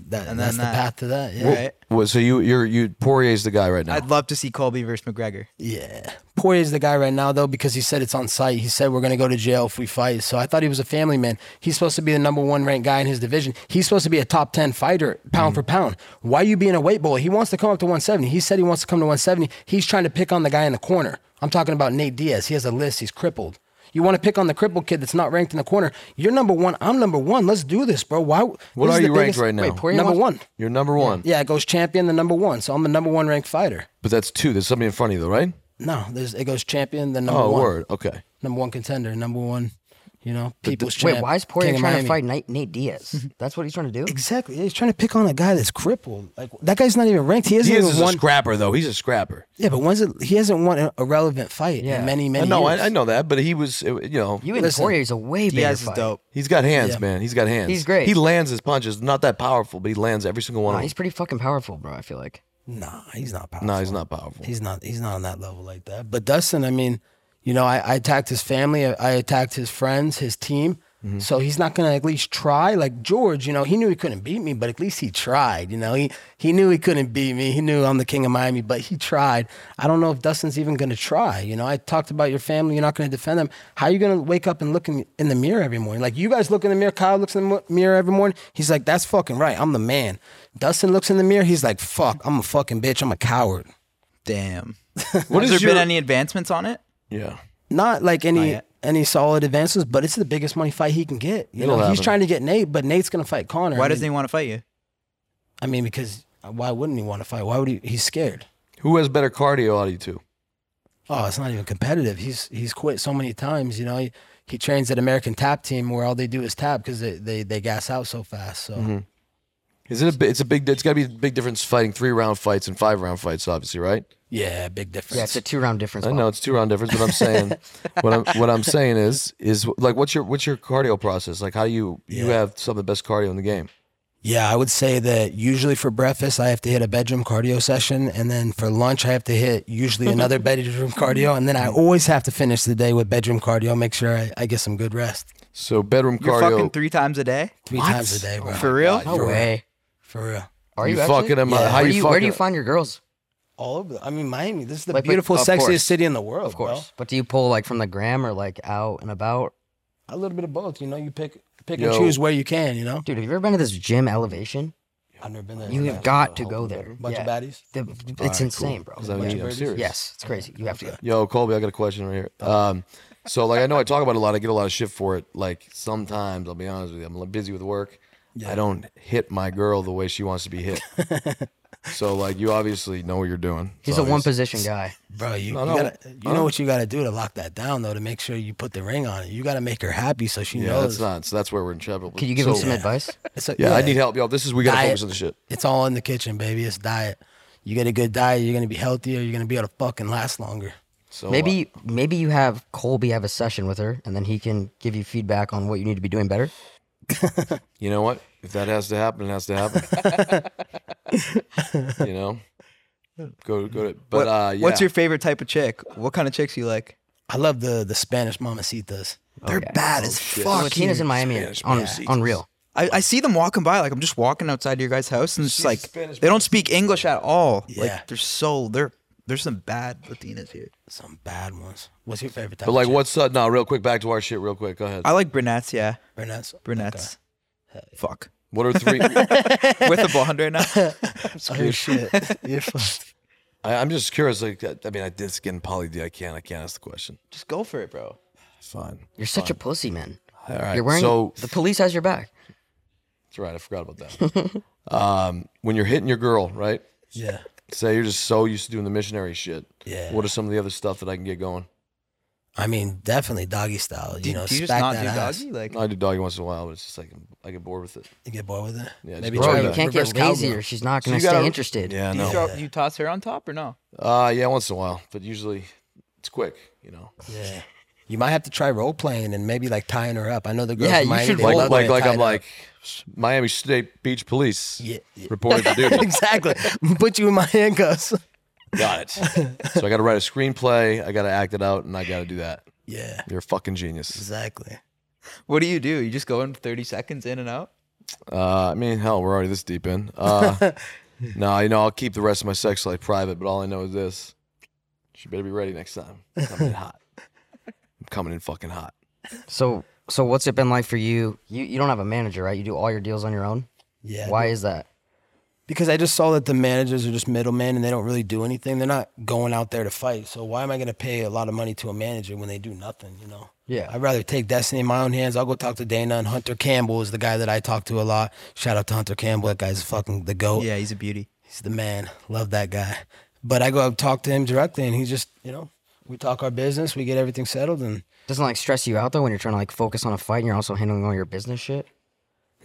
That, and that's then the that. path to that. Yeah. right. Well, so you, you're, you, Poirier's the guy right now. I'd love to see Colby versus McGregor. Yeah. Poirier's the guy right now, though, because he said it's on site. He said we're going to go to jail if we fight. So I thought he was a family man. He's supposed to be the number one ranked guy in his division. He's supposed to be a top 10 fighter, pound Mm. for pound. Why you being a weight bully? He wants to come up to 170. He said he wants to come to 170. He's trying to pick on the guy in the corner. I'm talking about Nate Diaz. He has a list. He's crippled. You want to pick on the crippled kid that's not ranked in the corner. You're number one. I'm number one. Let's do this, bro. Why? what this are is the you ranked biggest- right now? Wait, Poirier Number wants- one. you're number one. Yeah, it goes champion, the number one. So I'm the number one ranked fighter. But that's two. There's somebody in front of you, though, right? No, there's it goes champion, the number Oh, one. word. Okay. number one contender, number one, you know, people's champ. Wait, why is Poirier King of trying to Miami. fight Nate, *laughs* Nate Diaz? That's what he's trying to do. Exactly. He's trying to pick on a guy that's crippled. Like that guy's not even ranked. He hasn't He even is a won. scrapper, though. He's a scrapper. yeah, but when's it? He hasn't won a, a relevant fight Yeah. in many, I many. know, years. I, I know that, but he was, uh, you know, You and Listen, Poirier's a way bigger Diaz is fight. dope. he's got hands, Yeah. man. He's got hands. He's great. He lands his punches. Not that powerful, but he lands every single one Nah, of he's them. pretty fucking powerful, bro. I feel like. Nah, he's not powerful. No, he's not powerful. He's not. He's not on that level like that. But Dustin, I mean, you know, I, I attacked his family. I, I attacked his friends, his team. So he's not gonna at least try. Like George, you know, he knew he couldn't beat me, but at least he tried. You know, he he knew he couldn't beat me. He knew I'm the king of Miami, but he tried. I don't know if Dustin's even gonna try. You know, I talked about your family. You're not gonna defend them. How you gonna wake up and look in, in the mirror every morning? Like you guys look in the mirror. Kyle looks in the mo- mirror every morning. He's like, that's fucking right. I'm the man. Dustin looks in the mirror. He's like, fuck. I'm a fucking bitch. I'm a coward. Damn. *laughs* What Has is there your- been any advancements on it? Yeah. not like any yet. any solid advances, but it's the biggest money fight he can get. You It'll know, he's happen. trying to get Nate, but Nate's gonna fight Connor. Why I doesn't he mean, want to fight you? I mean, because why wouldn't he want to fight? Why would he? He's scared. Who has better cardio out of you two? Oh, it's not even competitive. He's he's quit so many times. You know, he, he trains at American Tap Team where all they do is tap because they, they they gas out so fast. So Mm-hmm. Is it a, bi- it's a big, it's got to be a big difference fighting three round fights and five round fights, obviously, right? yeah, big difference. Yeah, it's a two round difference. I Bob. know it's two round difference, but I'm saying what I'm what I'm saying is is like what's your what's your cardio process? Like how do you you Yeah. have some of the best cardio in the game? Yeah, I would say that usually for breakfast I have to hit a bedroom cardio session, and then for lunch I have to hit *laughs* usually another bedroom cardio, and then I Mm-hmm. always have to finish the day with bedroom cardio. Make sure I, I get some good rest So bedroom You're cardio. fucking three times a day? 3 times a day, bro. For real? No way. For real. Are you, you actually? fucking him up. Yeah. How Where you, do you, fucking where do you find your girls? All over. the- I mean, Miami. This is the Like, but- beautiful, of sexiest course. city in the world. Of course. But do you pull like from the gram or like out and about? Bro. A little bit of both. You know, you pick pick Yo. and choose where you can. You know. Dude, have you ever been to this gym elevation? I've never been there. You have got to go there. Bunch of Yeah. baddies. The- it's insane, bro. I mean, I'm serious. Yes, it's crazy. You have to go. Yo, Colby, I got a question right here. Um, so like I know I talk about it a lot. I get a lot of shit for it. Like sometimes I'll be honest with you, I'm busy with work. I don't hit my girl the way she wants to be hit. *laughs* so like you obviously know what you're doing. It's He's a one obvious. position guy. Bro, you, No, you no. gotta you know what you gotta do to lock that down though to make sure you put the ring on it. You gotta make her happy so she Yeah, knows. that's not. So that's where we're in trouble. Could you give so, him some advice? It's a- Yeah, I need help, y'all. This is we gotta Diet. focus on the shit. It's all in the kitchen, baby. It's diet. You get a good diet, you're gonna be healthier. You're gonna be able to fucking last longer. So uh, Maybe maybe you have Colby have a session with her, and then he can give you feedback on what you need to be doing better. you know what? If that has to happen, it has to happen. you know, go go to. But What- uh, yeah. What's your favorite type of chick? What kind of chicks you like? I love the the Spanish mamacitas. Oh, They're yeah. bad as fuck. Latina's in Miami, Spanish on, man. unreal. I, I see them walking by. Like I'm just walking outside your guys' house, and it's She's just like Spanish, they don't speak English at all. Yeah. Like they're so they're there's some bad Latinas here. Some bad ones. What's your favorite type? But of like, chick, what's up? No, real quick, back to our shit, real quick. Go ahead. I like brunettes. Yeah, Brunettes? brunettes. Fuck. What are three? With a blonde right now. Okay. Oh shit. You're fucked. I, I'm just curious. Like, uh, I I mean, I did skin poly D. I can't. I can't ask the question. *laughs* Just go for it, bro. It's fine. You're such a pussy, man. All right. You're wearing so the police has your back. that's right. I forgot about that. *laughs* um, when you're hitting your girl, right? Yeah. Say you're just so used to doing the missionary shit. Yeah. What are some of the other stuff that I can get going? I mean, definitely doggy style. You Do, know, do you just smack not that do ass. doggy? Like I do doggy once in a while, but it's just like I get bored with it. You get bored with it. Yeah, just Maybe Bro, Bro, try you you the can't get reverse cowgirl. lazy, or she's not So going you to gotta- stay interested. Yeah, you, no. throw, you toss her on top or no? Uh, yeah, once in a while, but usually it's quick. You know, Yeah. You might have to try role playing and maybe like tying her up. I know the girls Yeah, from you Miami, should they role- love like when like they're like I'm tied up. like Miami State Beach Police Yeah, yeah. *laughs* reported to *laughs* duty. exactly. *laughs* Put you in my handcuffs. Got it. So I got to write a screenplay. I got to act it out, and I got to do that. Yeah, You're a fucking genius. exactly. What do you do? You just go in 30 seconds in and out? Uh, I mean, hell, we're already this deep in. *laughs* Uh, no, you know, I'll keep the rest of my sex life private, but all I know is this: she better be ready next time. I'm coming *laughs* in hot. I'm coming in fucking hot. So so what's it been like for you? You you don't have a manager, right? You do all your deals on your own. Yeah. Why is that? Because I just saw that the managers are just middlemen and they don't really do anything. They're not going out there to fight. So why am I going to pay a lot of money to a manager when they do nothing? You know. Yeah. I'd rather take destiny in my own hands. I'll go talk to Dana and Hunter Campbell is the guy that I talk to a lot. Shout out to Hunter Campbell. That guy's fucking the goat. Yeah, he's a beauty. He's the man. Love that guy. But I go up talk to him directly, and he just, you know, we talk our business, we get everything settled, and Doesn't like stress you out though when you're trying to like focus on a fight and you're also handling all your business shit.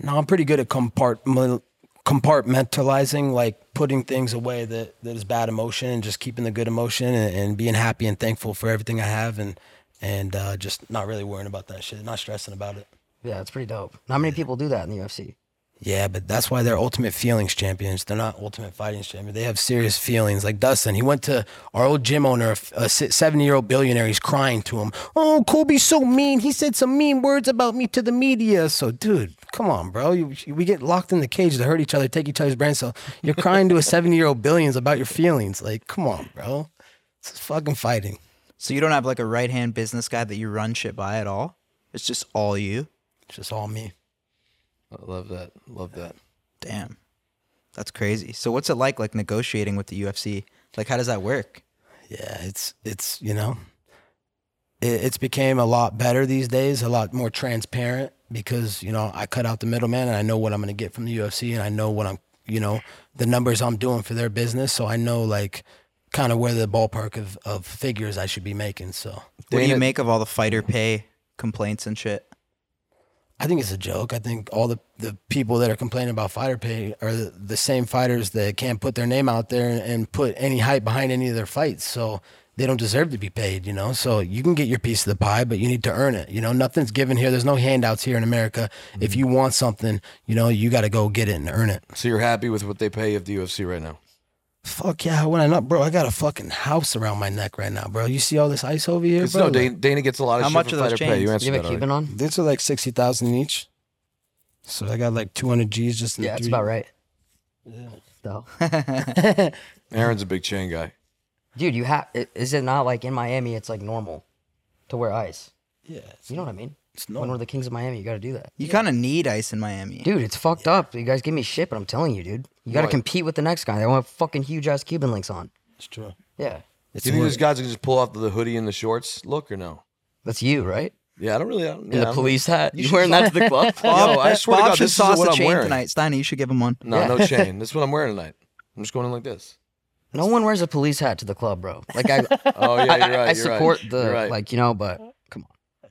no, I'm pretty good at compartment compartmentalizing, like putting things away that that is bad emotion, and just keeping the good emotion, and, and being happy and thankful for everything I have, and and uh, just not really worrying about that shit, not stressing about it. Yeah, it's pretty dope. Not many people do that in the UFC. Yeah, but that's why they're ultimate feelings champions. They're not ultimate fighting champions. They have serious feelings. Like Dustin, he went to our old gym owner, a 70 year old billionaire. He's crying to him. Oh, Kobe's so mean. He said some mean words about me to the media. So, dude, come on, bro. You, you- we get locked in the cage to hurt each other, take each other's brains. So, you're crying to a 70 year old billions about your feelings. Like, come on, bro. This is fucking fighting. So you don't have like a right hand business guy that you run shit by at all? It's just all you? It's just all me. I love that. Love that. Damn. That's crazy. So what's it like like negotiating with the UFC? Like how does that work? yeah, it's it's you know, it, it's became a lot better these days, a lot more transparent because you know I cut out the middleman and I know what I'm gonna get from the UFC and I know what I'm you know the numbers I'm doing for their business, so I know like kind of where the ballpark of of figures I should be making. So What do you Dana- make of all the fighter pay complaints and shit? *laughs* I think it's a joke. I think all the, the people that are complaining about fighter pay are the, the same fighters that can't put their name out there and, and put any hype behind any of their fights. So they don't deserve to be paid, you know? So you can get your piece of the pie, but you need to earn it. You know, nothing's given here. There's no handouts here in America. Mm-hmm. If you want something, you know, you got to go get it and earn it. So you're happy with what they pay of the UFC right now? Fuck yeah. When I not, bro, I got a fucking house around my neck right now, bro. You see all this ice over here? It's Bro? no, Dana, Dana gets a lot of How shit much for are those fighter pay. chains? You You answered you have that a already. Cuban on? These are like 60,000 each. So I got like 200 G's just in Yeah, that's three- about right. So, Aaron's a big chain guy. dude, you have is it not like in Miami? It's like normal to wear ice. Yeah. You know what I mean? It's normal. When we're the kings of Miami, you got to do that. You kind of need ice in Miami. Dude, it's fucked up. You guys give me shit, but I'm telling you, dude, you got to compete with the next guy. They all have fucking huge ass Cuban links on. It's true. Yeah, It's Do you think more- these guys can just pull off the hoodie and the shorts look or no? that's you, right? Yeah, I don't really. I don't, in yeah, the I'm- *laughs* police hat. You wearing that to the club? Yeah, I swear to Bob God, should this is what sauce the I'm chain wearing. tonight. Steiny, you should give him *laughs* one. No, no chain. This is what I'm wearing tonight. I'm just going in like this. *laughs* no one wears a police hat to the club, bro. Like *laughs* I, Oh yeah, you're I, right. I- I you're right, support the you're right. like you know, but come on,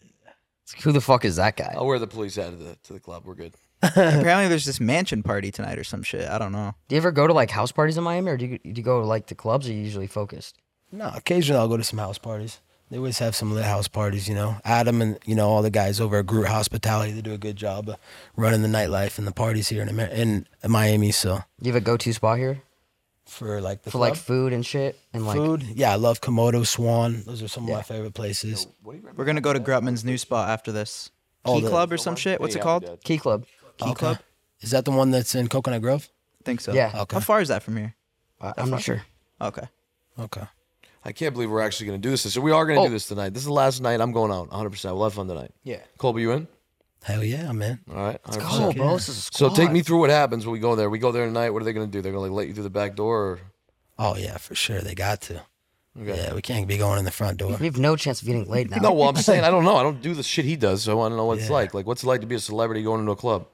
who the fuck is that guy? I'll wear the police hat to the to the club. We're good. Apparently, there's this mansion party tonight or some shit. I don't know. Do you ever go to like house parties in Miami, or do you, do you go to like the clubs? Or are you usually focused? No, occasionally I'll go to some house parties. They always have some lit house parties, you know. Adam and you know all the guys over at Groot Hospitality, they do a good job of running the nightlife and the parties here in Amer- in Miami. So Do you have a go-to spot here for like the for like club, food and shit and like food, yeah, I love Komodo Swan. Those are some of my favorite places. We're gonna go to Grutman's new spot after this. Oh, Key the- Club or some shit. What's it called? Key Key Club. Okay. Club. Is that the one that's in Coconut Grove? think so. Yeah. How Okay. far is that from here? Uh, I, I'm not sure. Okay. Okay. I can't believe we're actually going to do this. So we are going to Oh. do this tonight. This is the last night. I'm going out 100. percent We'll have fun tonight. Yeah. Colby, you in? Hell yeah, I'm in. All right. 100%. Oh, bro, this is a So squad. take me through what happens when we go there. We go there tonight. What are they going to do? They're going to like let you through the back door. Oh yeah, for sure. They got to. Or... Okay. Yeah, we can't be going in the front *laughs* door. We have no chance of getting laid now. No, well, I'm saying I don't know. I don't do the shit he does, so I want to know what it's Yeah. like. Like, what's it like to be a celebrity going into a club?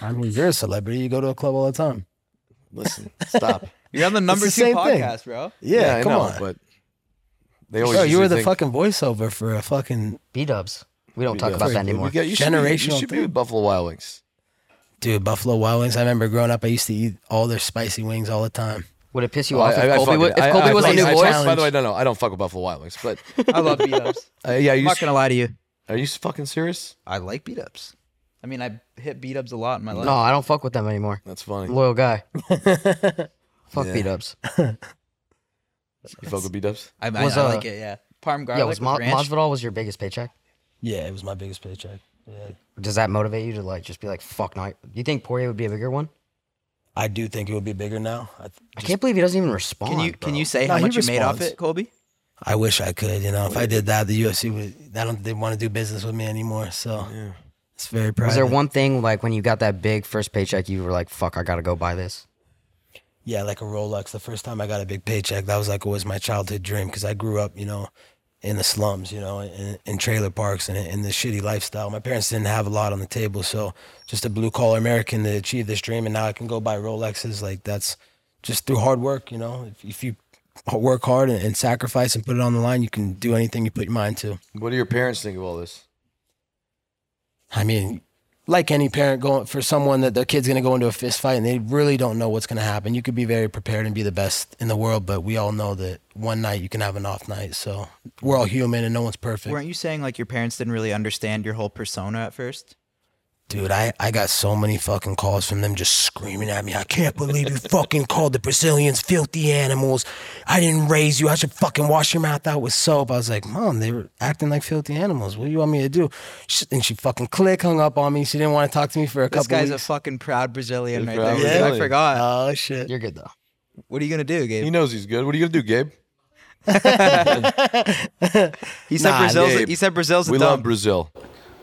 I mean, you're a celebrity. You go to a club all the time. *laughs* Listen, stop. You're on the number the two same thing. podcast, bro. Yeah, I come know, on. but they always. Bro, you usually were the think- fucking voiceover for a fucking B Dubs. We don't talk Yeah. about that Sorry, dude, anymore. You, got, you should be- Generational You should be thing. with Buffalo Wild Wings. dude Buffalo Wild Wings. I remember growing up, I used to eat all their spicy wings all the time. *laughs* Would it piss you Oh, off if Colby, fucking- wa- if I- Colby I- was I- a new I- voice? By the way, no, no, I don't fuck with Buffalo Wild Wings, but I *laughs* love beat ups. uh, yeah, I'm you. not gonna lie to you. Are you fucking serious? I like beat ups. I mean, I hit beat ups a lot in my life. No, I don't fuck with them anymore. That's funny. Loyal guy. Fuck B Dubs. You fuck with B Dubs? I, I, Was, I uh, like it. Yeah, parm garlic Yeah, was with Mo- ranch. Masvidal was your biggest paycheck? Yeah, it was my biggest paycheck. Yeah. Does that motivate you to like just be like, fuck no? Do you think Poirier would be a bigger one? I do think it would be bigger now. I, I can't believe he doesn't even respond. can you bro. can you say No, how he much you made off responds. it, Colby? I wish I could. You know, if I did that, the UFC would. I don't. They want to do business with me anymore. So it's very private. Was there one thing like when you got that big first paycheck, you were like, fuck, I gotta go buy this? Yeah, like a Rolex. The first time I got a big paycheck, that was like always my childhood dream because I grew up, you know, in the slums, you know, in, in trailer parks and in the shitty lifestyle. My parents didn't have a lot on the table, so just a blue collar American to achieve this dream, and now I can go buy Rolexes. Like that's just through hard work, you know. If, if you work hard and, and sacrifice and put it on the line, you can do anything you put your mind to. What do your parents think of all this? I mean, like any parent going for someone that their kid's going to go into a fist fight and they really don't know what's going to happen. You could be very prepared and be the best in the world, but we all know that one night you can have an off night. So we're all human and no one's perfect. Weren't you saying like your parents didn't really understand your whole persona at first? Dude, I, I got so many fucking calls from them just screaming at me. I can't believe you fucking called the Brazilians filthy animals. I didn't raise you. I should fucking wash your mouth out with soap. I was like, Mom, they were acting like filthy animals. What do you want me to do? She, and she fucking click hung up on me. She didn't want to talk to me for a This couple guy's weeks. a fucking proud Brazilian He's right proud there. Brazilian. I forgot. oh shit. You're good though. what are you gonna do, He Gabe? knows he's good. What are you gonna do, Gabe? He said Nah, Brazil's. Gabe. he said Brazil's a we love dump. Brazil.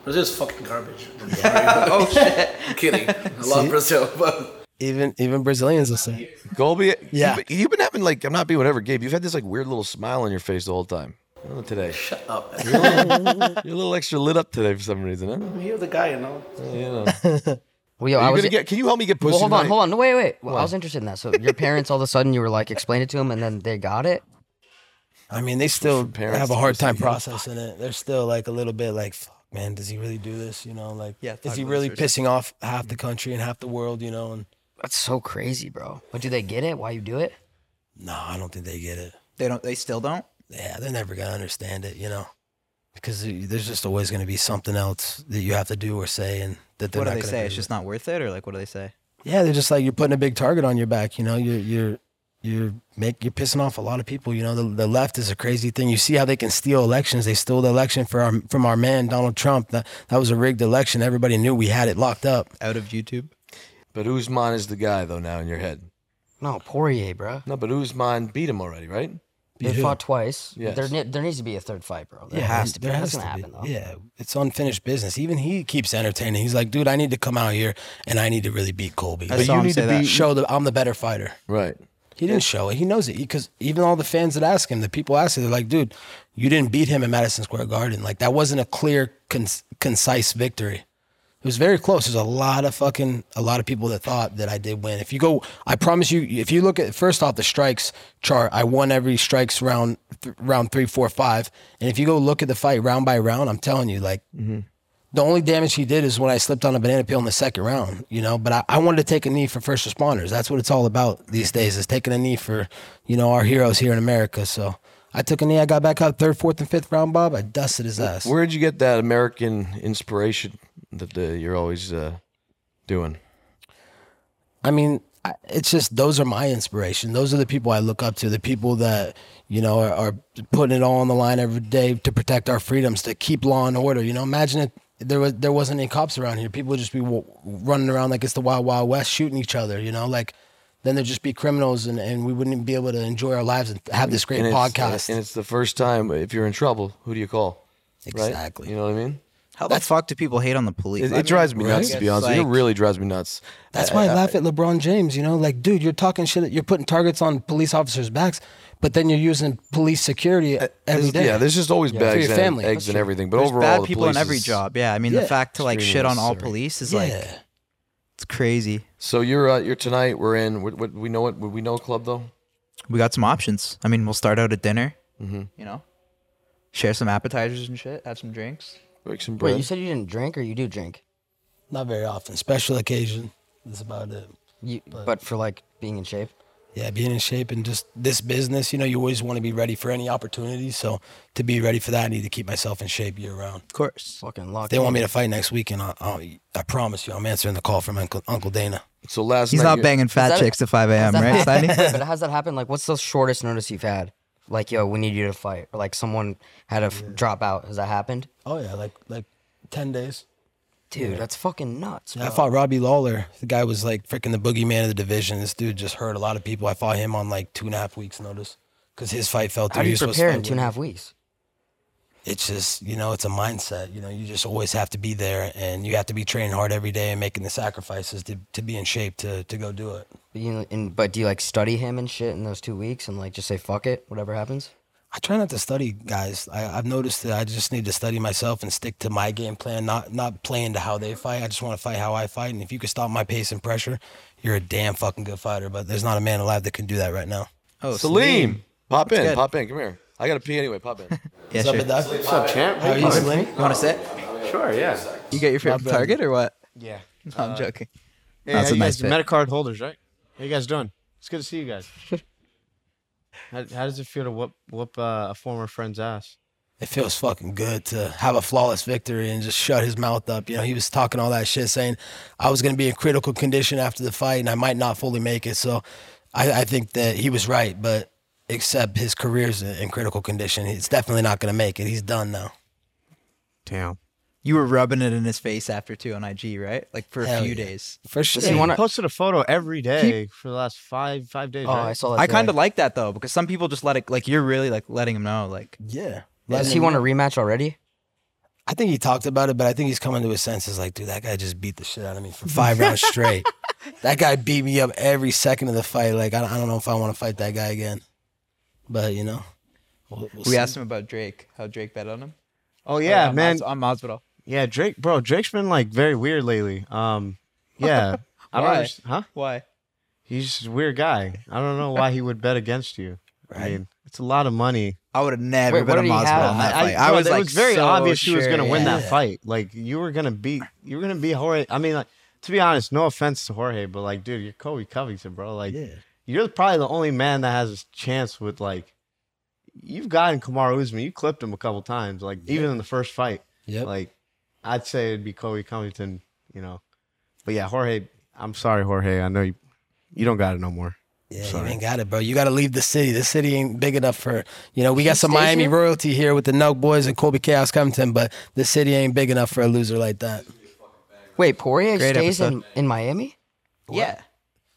Brazil's fucking garbage. oh shit! I'm kidding. I love Brazil, but Even even Brazilians will say. Colby, Yeah. you've, you've been having like I'm not being whatever, Gabe. You've had this like weird little smile on your face the whole time. I don't know today. shut up. *laughs* You're a little extra lit up today for some reason, huh? You're the guy, you know. You *laughs* know. Well, yo, Are I you was. gonna get, can you help me get pussy? well, hold on, tonight? hold on. No, wait, wait. Well, I was interested in that. So your parents, all of a sudden, you were like, explain it to them, and then they got it. I mean, they still parents have to a hard just time like, processing it. They're still like a little bit like, fuck, man, does he really do this? You know, like, Yeah, is thought he it was really or pissing off half the country and half the world? You know, and That's so crazy, bro. But do they get it? Why you do it? no, I don't think they get it. They don't. They still don't. Yeah, they're never gonna understand it. You know, because there's just always gonna be something else that you have to do or say, and that they're What do not they gonna say? agree It's with. just not worth it, or like what do they say? yeah, they're just like you're putting a big target on your back. You know, you're you're you're make you're pissing off a lot of people. You know, the, the left is a crazy thing. You see how they can steal elections. They stole the election for our from our man Donald Trump. That that was a rigged election. Everybody knew we had it locked up. Out of YouTube. But Usman is the guy though now in your head. No, Poirier, bro. No, but Usman beat him already, right? They fought twice. Yes. There, ne- there needs to be a third fight, bro. There has to be. That's gonna happen though. Yeah, it's unfinished business. Even he keeps entertaining. He's like, dude, I need to come out here and I need to really beat Colby. I Like, saw you him need say to that. be- show that I'm the better fighter. Right. He didn't show it. He knows it because even all the fans that ask him, the people ask him, they're like, dude, you didn't beat him in Madison Square Garden. Like, that wasn't a clear con- concise victory. It was very close. There's a lot of fucking a lot of people that thought that I did win. If you go, I promise you, if you look at first off the strikes chart, I won every strikes round th- round three, four, five. And if you go look at the fight round by round, I'm telling you, like the only damage he did is when I slipped on a banana peel in the second round, you know. But I, I wanted to take a knee for first responders. That's what it's all about these days is taking a knee for, you know, our heroes here in America. So I took a knee. I got back up third, fourth, and fifth round, Bob. I dusted his ass. Where'd you get that American inspiration that uh, you're always uh, doing? I mean, I- it's just those are my inspiration. Those are the people I look up to. The people that you know are, are putting it all on the line every day to protect our freedoms, to keep law and order. You know, imagine if there was there wasn't any cops around here. People would just be w- running around like it's the wild wild west, shooting each other. You know, like then there'd just be criminals, and, and we wouldn't even be able to enjoy our lives and have this great And it's- uh, podcast. and it's the first time if you're in trouble, who do you call? Right? exactly. You know what I mean? How the fuck do people hate on the police? It, I mean, it drives me nuts, to be It's honest. with you. it like- e, really drives me nuts. That's why I, uh, laugh at LeBron James. You know, like, dude, you're talking shit. You're putting targets on police officers' backs, but then you're using police security every There's- day. Uh, Yeah, there's just always For bags your and family. eggs That's and true. everything. But There's overall, bad the people in police every is- job. Yeah, I mean Yeah. the fact to like Extremely shit on all necessary. police is yeah. like it's crazy. So you're uh, you're tonight. We're in. What, what we know? What we know? Club though. We got some options. I mean, we'll start out at dinner. You know, share some appetizers and shit. Have some drinks. Make some bread. Wait, you said you didn't drink, or you do drink? Not very often. Special occasion. That's about it. You, but, for like being in shape. Yeah, being in shape and just this business, you know, you always want to be ready for any opportunity. So to be ready for that, I need to keep myself in shape year round. Of course. Fucking If locked. they want in. me to fight next weekend, I, I'll, I promise you, I'm answering the call from Uncle, Uncle Dana. so last He's night not you- banging fat that- chicks to 5 a.m. Has *laughs* that Right, happened- Sonny? *laughs* but has that happened? Like, what's the shortest notice you've had? Like, yo, we need you to fight, or like someone had to f- drop out. Has that happened? Oh yeah, like like ten days. Dude, that's fucking nuts. Yeah, I bro. fought Robbie Lawler. The guy was like freaking the boogeyman of the division. This dude just hurt a lot of people. I fought him on like two and a half weeks' notice because his fight fell through. How do He you was supposed to prepare in fight two and a Whitaker. half weeks? It's just you know, it's a mindset. You know, you just always have to be there, and you have to be training hard every day and making the sacrifices to, to be in shape to to go do it. But you know, and, but do you like study him and shit in those two weeks and like just say fuck it, whatever happens? I try not to study, guys. I, I've noticed that I just need to study myself and stick to my game plan, not not playing to how they fight. I just want to fight how I fight, and if you can stop my pace and pressure, you're a damn fucking good fighter. But there's not a man alive that can do that right now. Oh, Salim, pop in, good. pop in. Come here. I gotta pee anyway. Pop in. Yeah, sure. You What's up, champ? How are you, Slim? want to sit? Sure. Yeah. You get your favorite target or what? Yeah. *laughs* Uh, I'm joking. That's a nice guys, fit. Metacard holders, right? How you guys doing? It's good to see you guys. how, how does it feel to whoop whoop uh, a former friend's ass? It feels fucking good to have a flawless victory and just shut his mouth up. You know, he was talking all that shit, saying I was going to be in critical condition after the fight and I might not fully make it. So I, I think that he was right, but except his career's in in critical condition. He's definitely not going to make it. He's done now. Damn. You were rubbing it in his face after too on IG, right? Like for a Hell few yeah. days. For sure. he wanna- I posted a photo every day for the last five five days. Oh, right? I saw that. I kind of today. like that though because some people just let it. Like you're really like letting him know. Like yeah. Does he want a rematch already? I think he talked about it, but I think he's coming to his senses. Like, dude, that guy just beat the shit out of me *laughs* for five rounds straight. That guy beat me up every second of the fight. Like, I, I don't know if I want to fight that guy again. But you know, we'll- we'll we see. asked him about Drake, how Drake bet on him. Oh yeah, Or on man. Mas- on Masvidal. Yeah, Drake, bro. Drake's been like very weird lately. Um, yeah. I don't Why? underst- huh? Why? He's just a weird guy. I don't know why he would bet against you. I mean, it's a lot of money. I would have never Wait, what bet on did he Masvidal have? in that Oh, I, fight. I, bro, was it like was very so obvious he was sure, going to win yeah. that fight. Like you were going to beat, you were going to beat Jorge. I mean, like to be honest, no offense to Jorge, but like, dude, you're Kobe Covington, bro. Like, you're probably the only man that has a chance with like. You've gotten Kamaru Usman. You clipped him a couple times, like even in the first fight. Yep. Like, I'd say it'd be Kobe Covington, you know. But yeah, Jorge. I'm sorry, Jorge. I know you. You don't got it no more. Yeah, you ain't got it, bro. You got to leave the city. The city ain't big enough for you know. We got some stays Miami here? royalty here with the Nelk boys and Colby Chaos Covington, but the city ain't big enough for a loser like that. Wait, Poirier Great stays in, episode. in Miami. Yeah.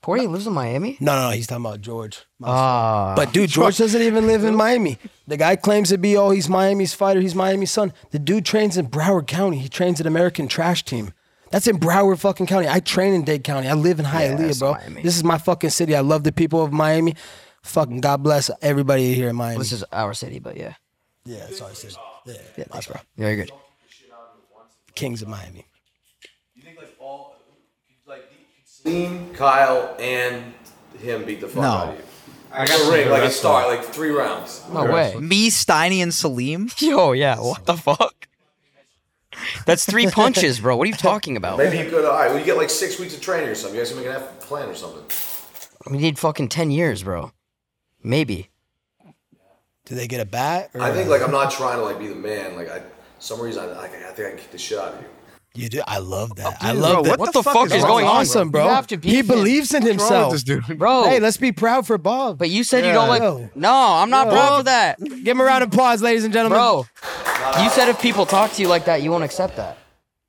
Poirier lives in Miami. No, no, no. He's talking about George. Ah, But dude, George doesn't even live in Miami. The guy claims to be, oh, he's Miami's fighter, he's Miami's son. The dude trains in Broward County. He trains an American trash team. That's in Broward fucking County. I train in Dade County. I live in Hialeah, that's bro. Miami. This is my fucking city. I love the people of Miami. Fucking God bless everybody here in Miami. this is our city, but yeah, yeah, sorry, sis. Yeah, my bro. very good. Kings of Miami. You think like all like Celine, Kyle, and him beat the fuck No. out of you? I got a ring, like a star, like three rounds. No way. Me, Steiny, and Salim. *laughs* Yo, yeah. What the fuck? That's *laughs* three punches, bro. What are you talking about? Maybe you could. All right, well, you get like six weeks of training or something. You guys can make an F plan or something. We need fucking ten years, bro. Maybe. Do they get a bat? Or I think like I'm not trying to like be the man. Like I, some reason I, I, I think I can kick the shit out of you. you do. I love that. I Dude, love bro, that. What, the fuck, is wrong going with on? this, awesome, bro. You have to be he him. believes in What's wrong himself, with this dude? Bro. Hey, let's be proud for Bob. But you said you don't Yeah. like. Yo. No, I'm not proud of *laughs* that, Give him a round of applause, ladies and gentlemen. bro. You said if people talk to you like that, you won't accept that.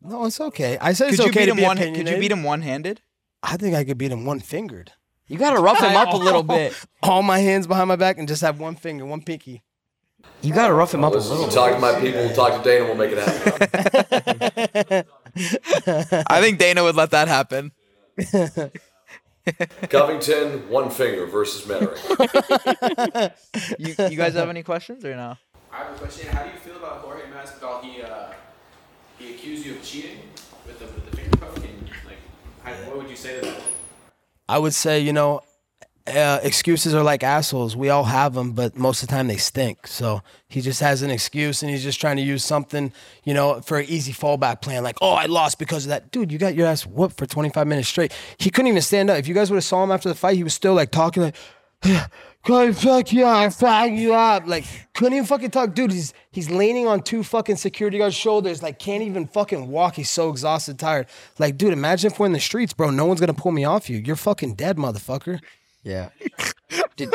No, it's okay. I said Could it's you okay beat to him be one? opinionated. Could you beat him one-handed? I think I could beat him one fingered. You gotta rough him up a *laughs* little bit. All my hands behind my back and just have one finger, one pinky. You gotta rough him up a little. bit. Talk to my people. We'll talk to Dana. We'll make it happen. *laughs* I think Dana would let that happen. Covington, one finger versus Mannering. You, you guys have any questions or no? I have a question. How do you feel about Jorge Masvidal? He uh, he accused you of cheating with the, with the finger poke, and like, how, what would you say to that? I would say, you know, uh, excuses are like assholes. We all have them, but most of the time they stink. So he just has an excuse and he's just trying to use something, you know, for an easy fallback plan. Like, oh, I lost because of that. Dude, you got your ass whooped for 25 minutes straight. He couldn't even stand up. If you guys would have saw him after the fight, he was still like talking like, God, fuck you, I fuck you up. Like, couldn't even fucking talk. Dude, he's he's leaning on two fucking security guards' shoulders, like can't even fucking walk. He's so exhausted, tired. Like, dude, imagine if we're in the streets, bro. No one's gonna pull me off you. You're fucking dead, motherfucker. Yeah. Did-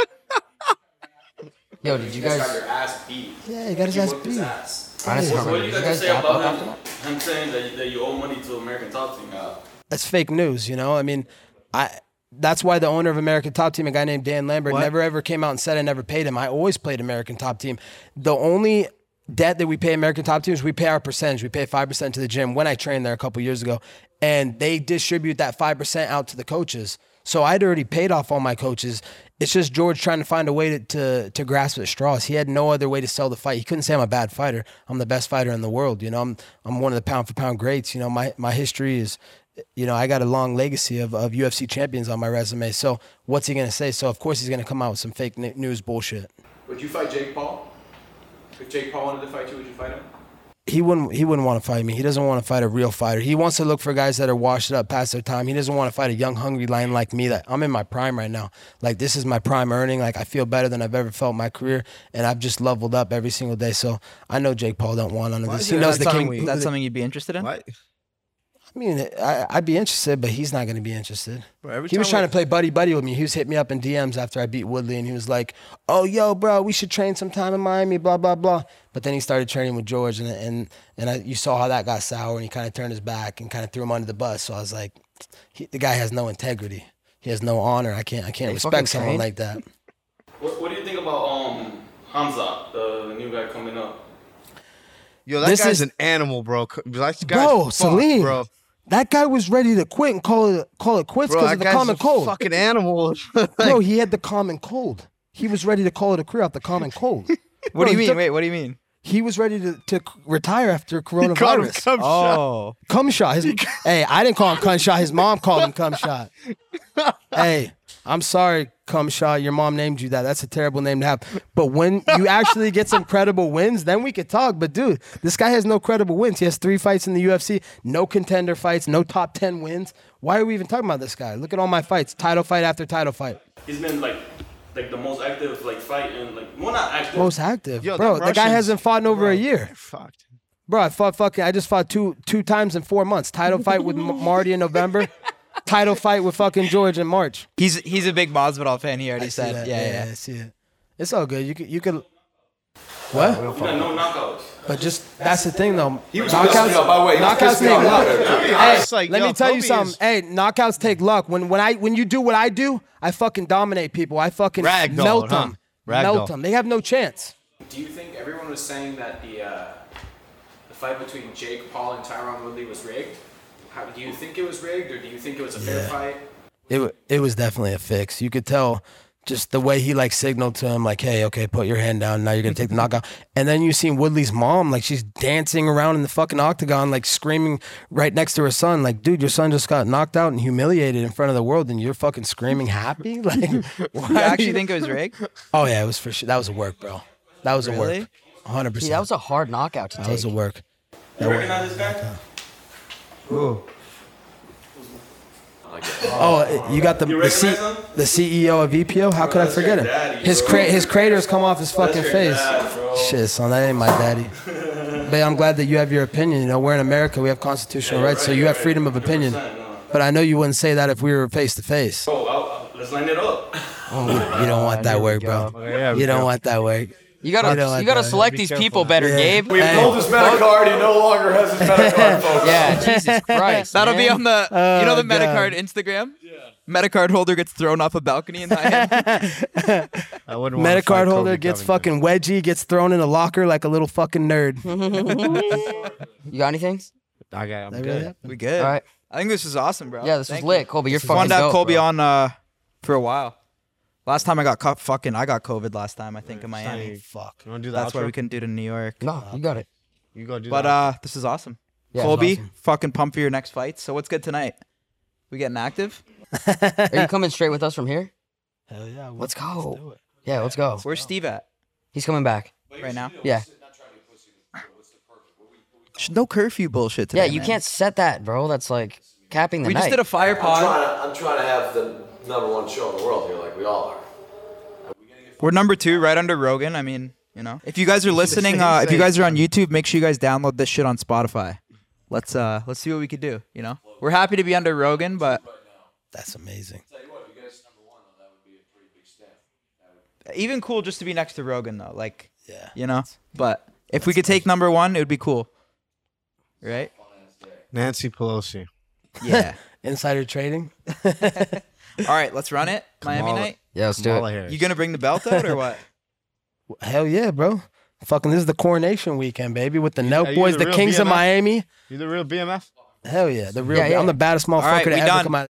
Yo, did you guys? Your ass beat. Yeah, you got his You ass whooped his beat. ass. Honestly, What do did you you guys, guys say dap up about after him? that? I'm saying that, that you owe money to American Top Team. Uh, That's fake news, you know? I mean, I that's why the owner of American Top Team, a guy named Dan Lambert, never ever came out and said I never paid him. I always played American Top Team. The only debt that we pay American Top Team is we pay our percentage. We pay 5% to the gym when I trained there a couple years ago, and they distribute that 5% out to the coaches. So I'd already paid off all my coaches. It's just George trying to find a way to, to to grasp at straws. He had no other way to sell the fight. He couldn't say I'm a bad fighter. I'm the best fighter in the world. You know, I'm I'm one of the pound for pound greats. You know, my my history is you know, I got a long legacy of, of UFC champions on my resume. So what's he going to say? So of course he's going to come out with some fake n- news bullshit. would you fight Jake Paul? If Jake Paul wanted to fight you, would you fight him? He wouldn't he wouldn't want to fight me. He doesn't want to fight a real fighter. He wants to look for guys that are washed up past their time. He doesn't want to fight a young hungry lion like me that I'm in my prime right now. Like this is my prime earning. Like I feel better than I've ever felt in my career and I've just leveled up every single day. So I know Jake Paul don't want none of this. He knows the that's king. something, that's something you'd be interested in. What? I mean, I, I'd be interested, but he's not going to be interested. Bro, every he was time trying I- to play buddy buddy with me. He was hitting me up in DMs after I beat Woodley, and he was like, "Oh, yo, bro, we should train sometime in Miami." Blah blah blah. But then he started training with George, and and and I, you saw how that got sour, and he kind of turned his back and kind of threw him under the bus. So I was like, he, the guy has no integrity. He has no honor. I can't I can't They fucking respect someone train? like that. What, what do you think about um Hamza, the new guy coming up? Yo, that This guy's is- an animal, bro. C- That guy's Bro, fucked, Salim, bro. That guy was ready to quit and call it call it quits Bro, because that of the guy's common a cold. fucking animal. *laughs* bro, he had the common cold. He was ready to call it a career off the common cold. *laughs* What do you mean? Bro, Wait, what do you mean? he was ready to, to c- *laughs* retire after Caught him, coronavirus. come shot. Oh, Cum shot. His, hey, I didn't call him cum shot. His mom called him cum *laughs* shot. Hey, I'm sorry, cum shot. Your mom named you that. That's a terrible name to have. But when you actually get some credible wins, then we could talk. But dude, this guy has no credible wins. He has three fights in the UFC, no contender fights, no top ten wins. Why are we even talking about this guy? Look at all my fights, title fight after title fight. He's been like like the most active like fight and like well not active. Most active, Yo, bro. them The guy Russians- hasn't fought in over a year. Fucked. Bro, I fought fucking. I just fought two two times in four months. Title fight with *laughs* M- Marty in November. Title fight with fucking George in March. he's he's a big Masvidal fan. He already said, yeah, yeah, yeah. I see it. It's all good. You could you could. What? He got no knockouts. But just that's the thing though. pissed knockouts, me off. By the way, he was knockouts pissed me take off. luck. *laughs* Hey, It's like, let yo, me tell you Kobe something. is- Hey, knockouts take luck. When when I when you do what I do, I fucking dominate people. I fucking Ragdoll, melt huh? them. Ragdoll. Melt them. They have no chance. Do you think everyone was saying that the uh, the fight between Jake Paul and Tyron Woodley was rigged? How, do you think it was rigged, or do you think it was a fair fight? It wa- it was definitely a fix. You could tell just the way he like signaled to him, like, "Hey, okay, put your hand down. Now you're gonna take the knockout." And then you seen Woodley's mom, like she's dancing around in the fucking octagon, like screaming right next to her son, like, "Dude, your son just got knocked out and humiliated in front of the world, and you're fucking screaming happy." *laughs* Like, why You are actually you- think *laughs* it was rigged? Oh yeah, it was for sure. That was a work, bro. That was a Really? work. 100. Dude, percent that was a hard knockout to That take. was a work. You recognize this guy? Oh, you got the You the, C, recognize him? the CEO of EPO. How could I that's your forget him? daddy, his bro. cra- his craters come off his fucking your face. dad, bro. Shit, son, that ain't my daddy. but I'm glad that you have your opinion. You know, we're in America. We have constitutional rights, so you have freedom of opinion. 100%, no. But I know you wouldn't say that if we were face to face. Bro, I'll- I'll- Oh, let's line it up. You don't want that work, bro. You don't want that work. You I gotta, know, I you gotta know. select these people better, Gabe. We've Hey. pulled his metacard. He no longer has his metacard, folks. yeah, *laughs* Jesus Christ. That'll be man. Oh, on the you know the God. MetaCard Instagram. MetaCard holder gets thrown off a balcony in *laughs* Miami. I wouldn't wanna Metacard fight Kobe Oh. holder gets fucking Covington. wedgie, gets thrown in a locker like a little fucking nerd. You got anything? I got. I'm That good. really happened. we good. All right. I think this was awesome, bro. Yeah, this Oh, Thank was lit, you. Colby. You're It's fucking fun to have dope, Colby bro. on uh, for a while. Last time I got caught, fucking I got COVID last time I think in Miami. Fuck. You want to do the That's outro? why we couldn't do to New York. No, you got it. You go do But the uh, this is awesome. Yeah, it's Colby, awesome. fucking pump for your next fight. So what's good tonight? We getting active? Are you coming straight with us from here? Hell yeah. Let's go. Yeah, let's go. Where's Steve at He's coming back. right now? Yeah. Sh- No curfew bullshit today. Yeah, you man. can't set that, bro. That's like capping the We night. just did a fire pod. I'm trying to have the number one show in the world here, like we all are. We're number two, right under Rogan. I mean, you know, if you guys are listening, uh, if you guys are on YouTube, make sure you guys download this shit on Spotify. Let's uh, let's see what we could do. You know, we're happy to be under Rogan, but That's amazing. even cool just to be next to Rogan though. Like, Yeah. you know, but if we could take number one, it would be cool, right? Nancy Pelosi. Yeah. Insider trading. *laughs* *laughs* All right, let's run it, Miami Kamala- night. yeah, let's do Kamala it. Harris. You gonna bring the belt out or what? Hell yeah, bro. Fucking, this is the coronation weekend, baby, with the are Nelk you Boys, the the, real Kings of BMF? Miami. You the real BMF? Hell yeah, the real. Yeah, yeah. I'm the baddest motherfucker right, to we ever done. come out.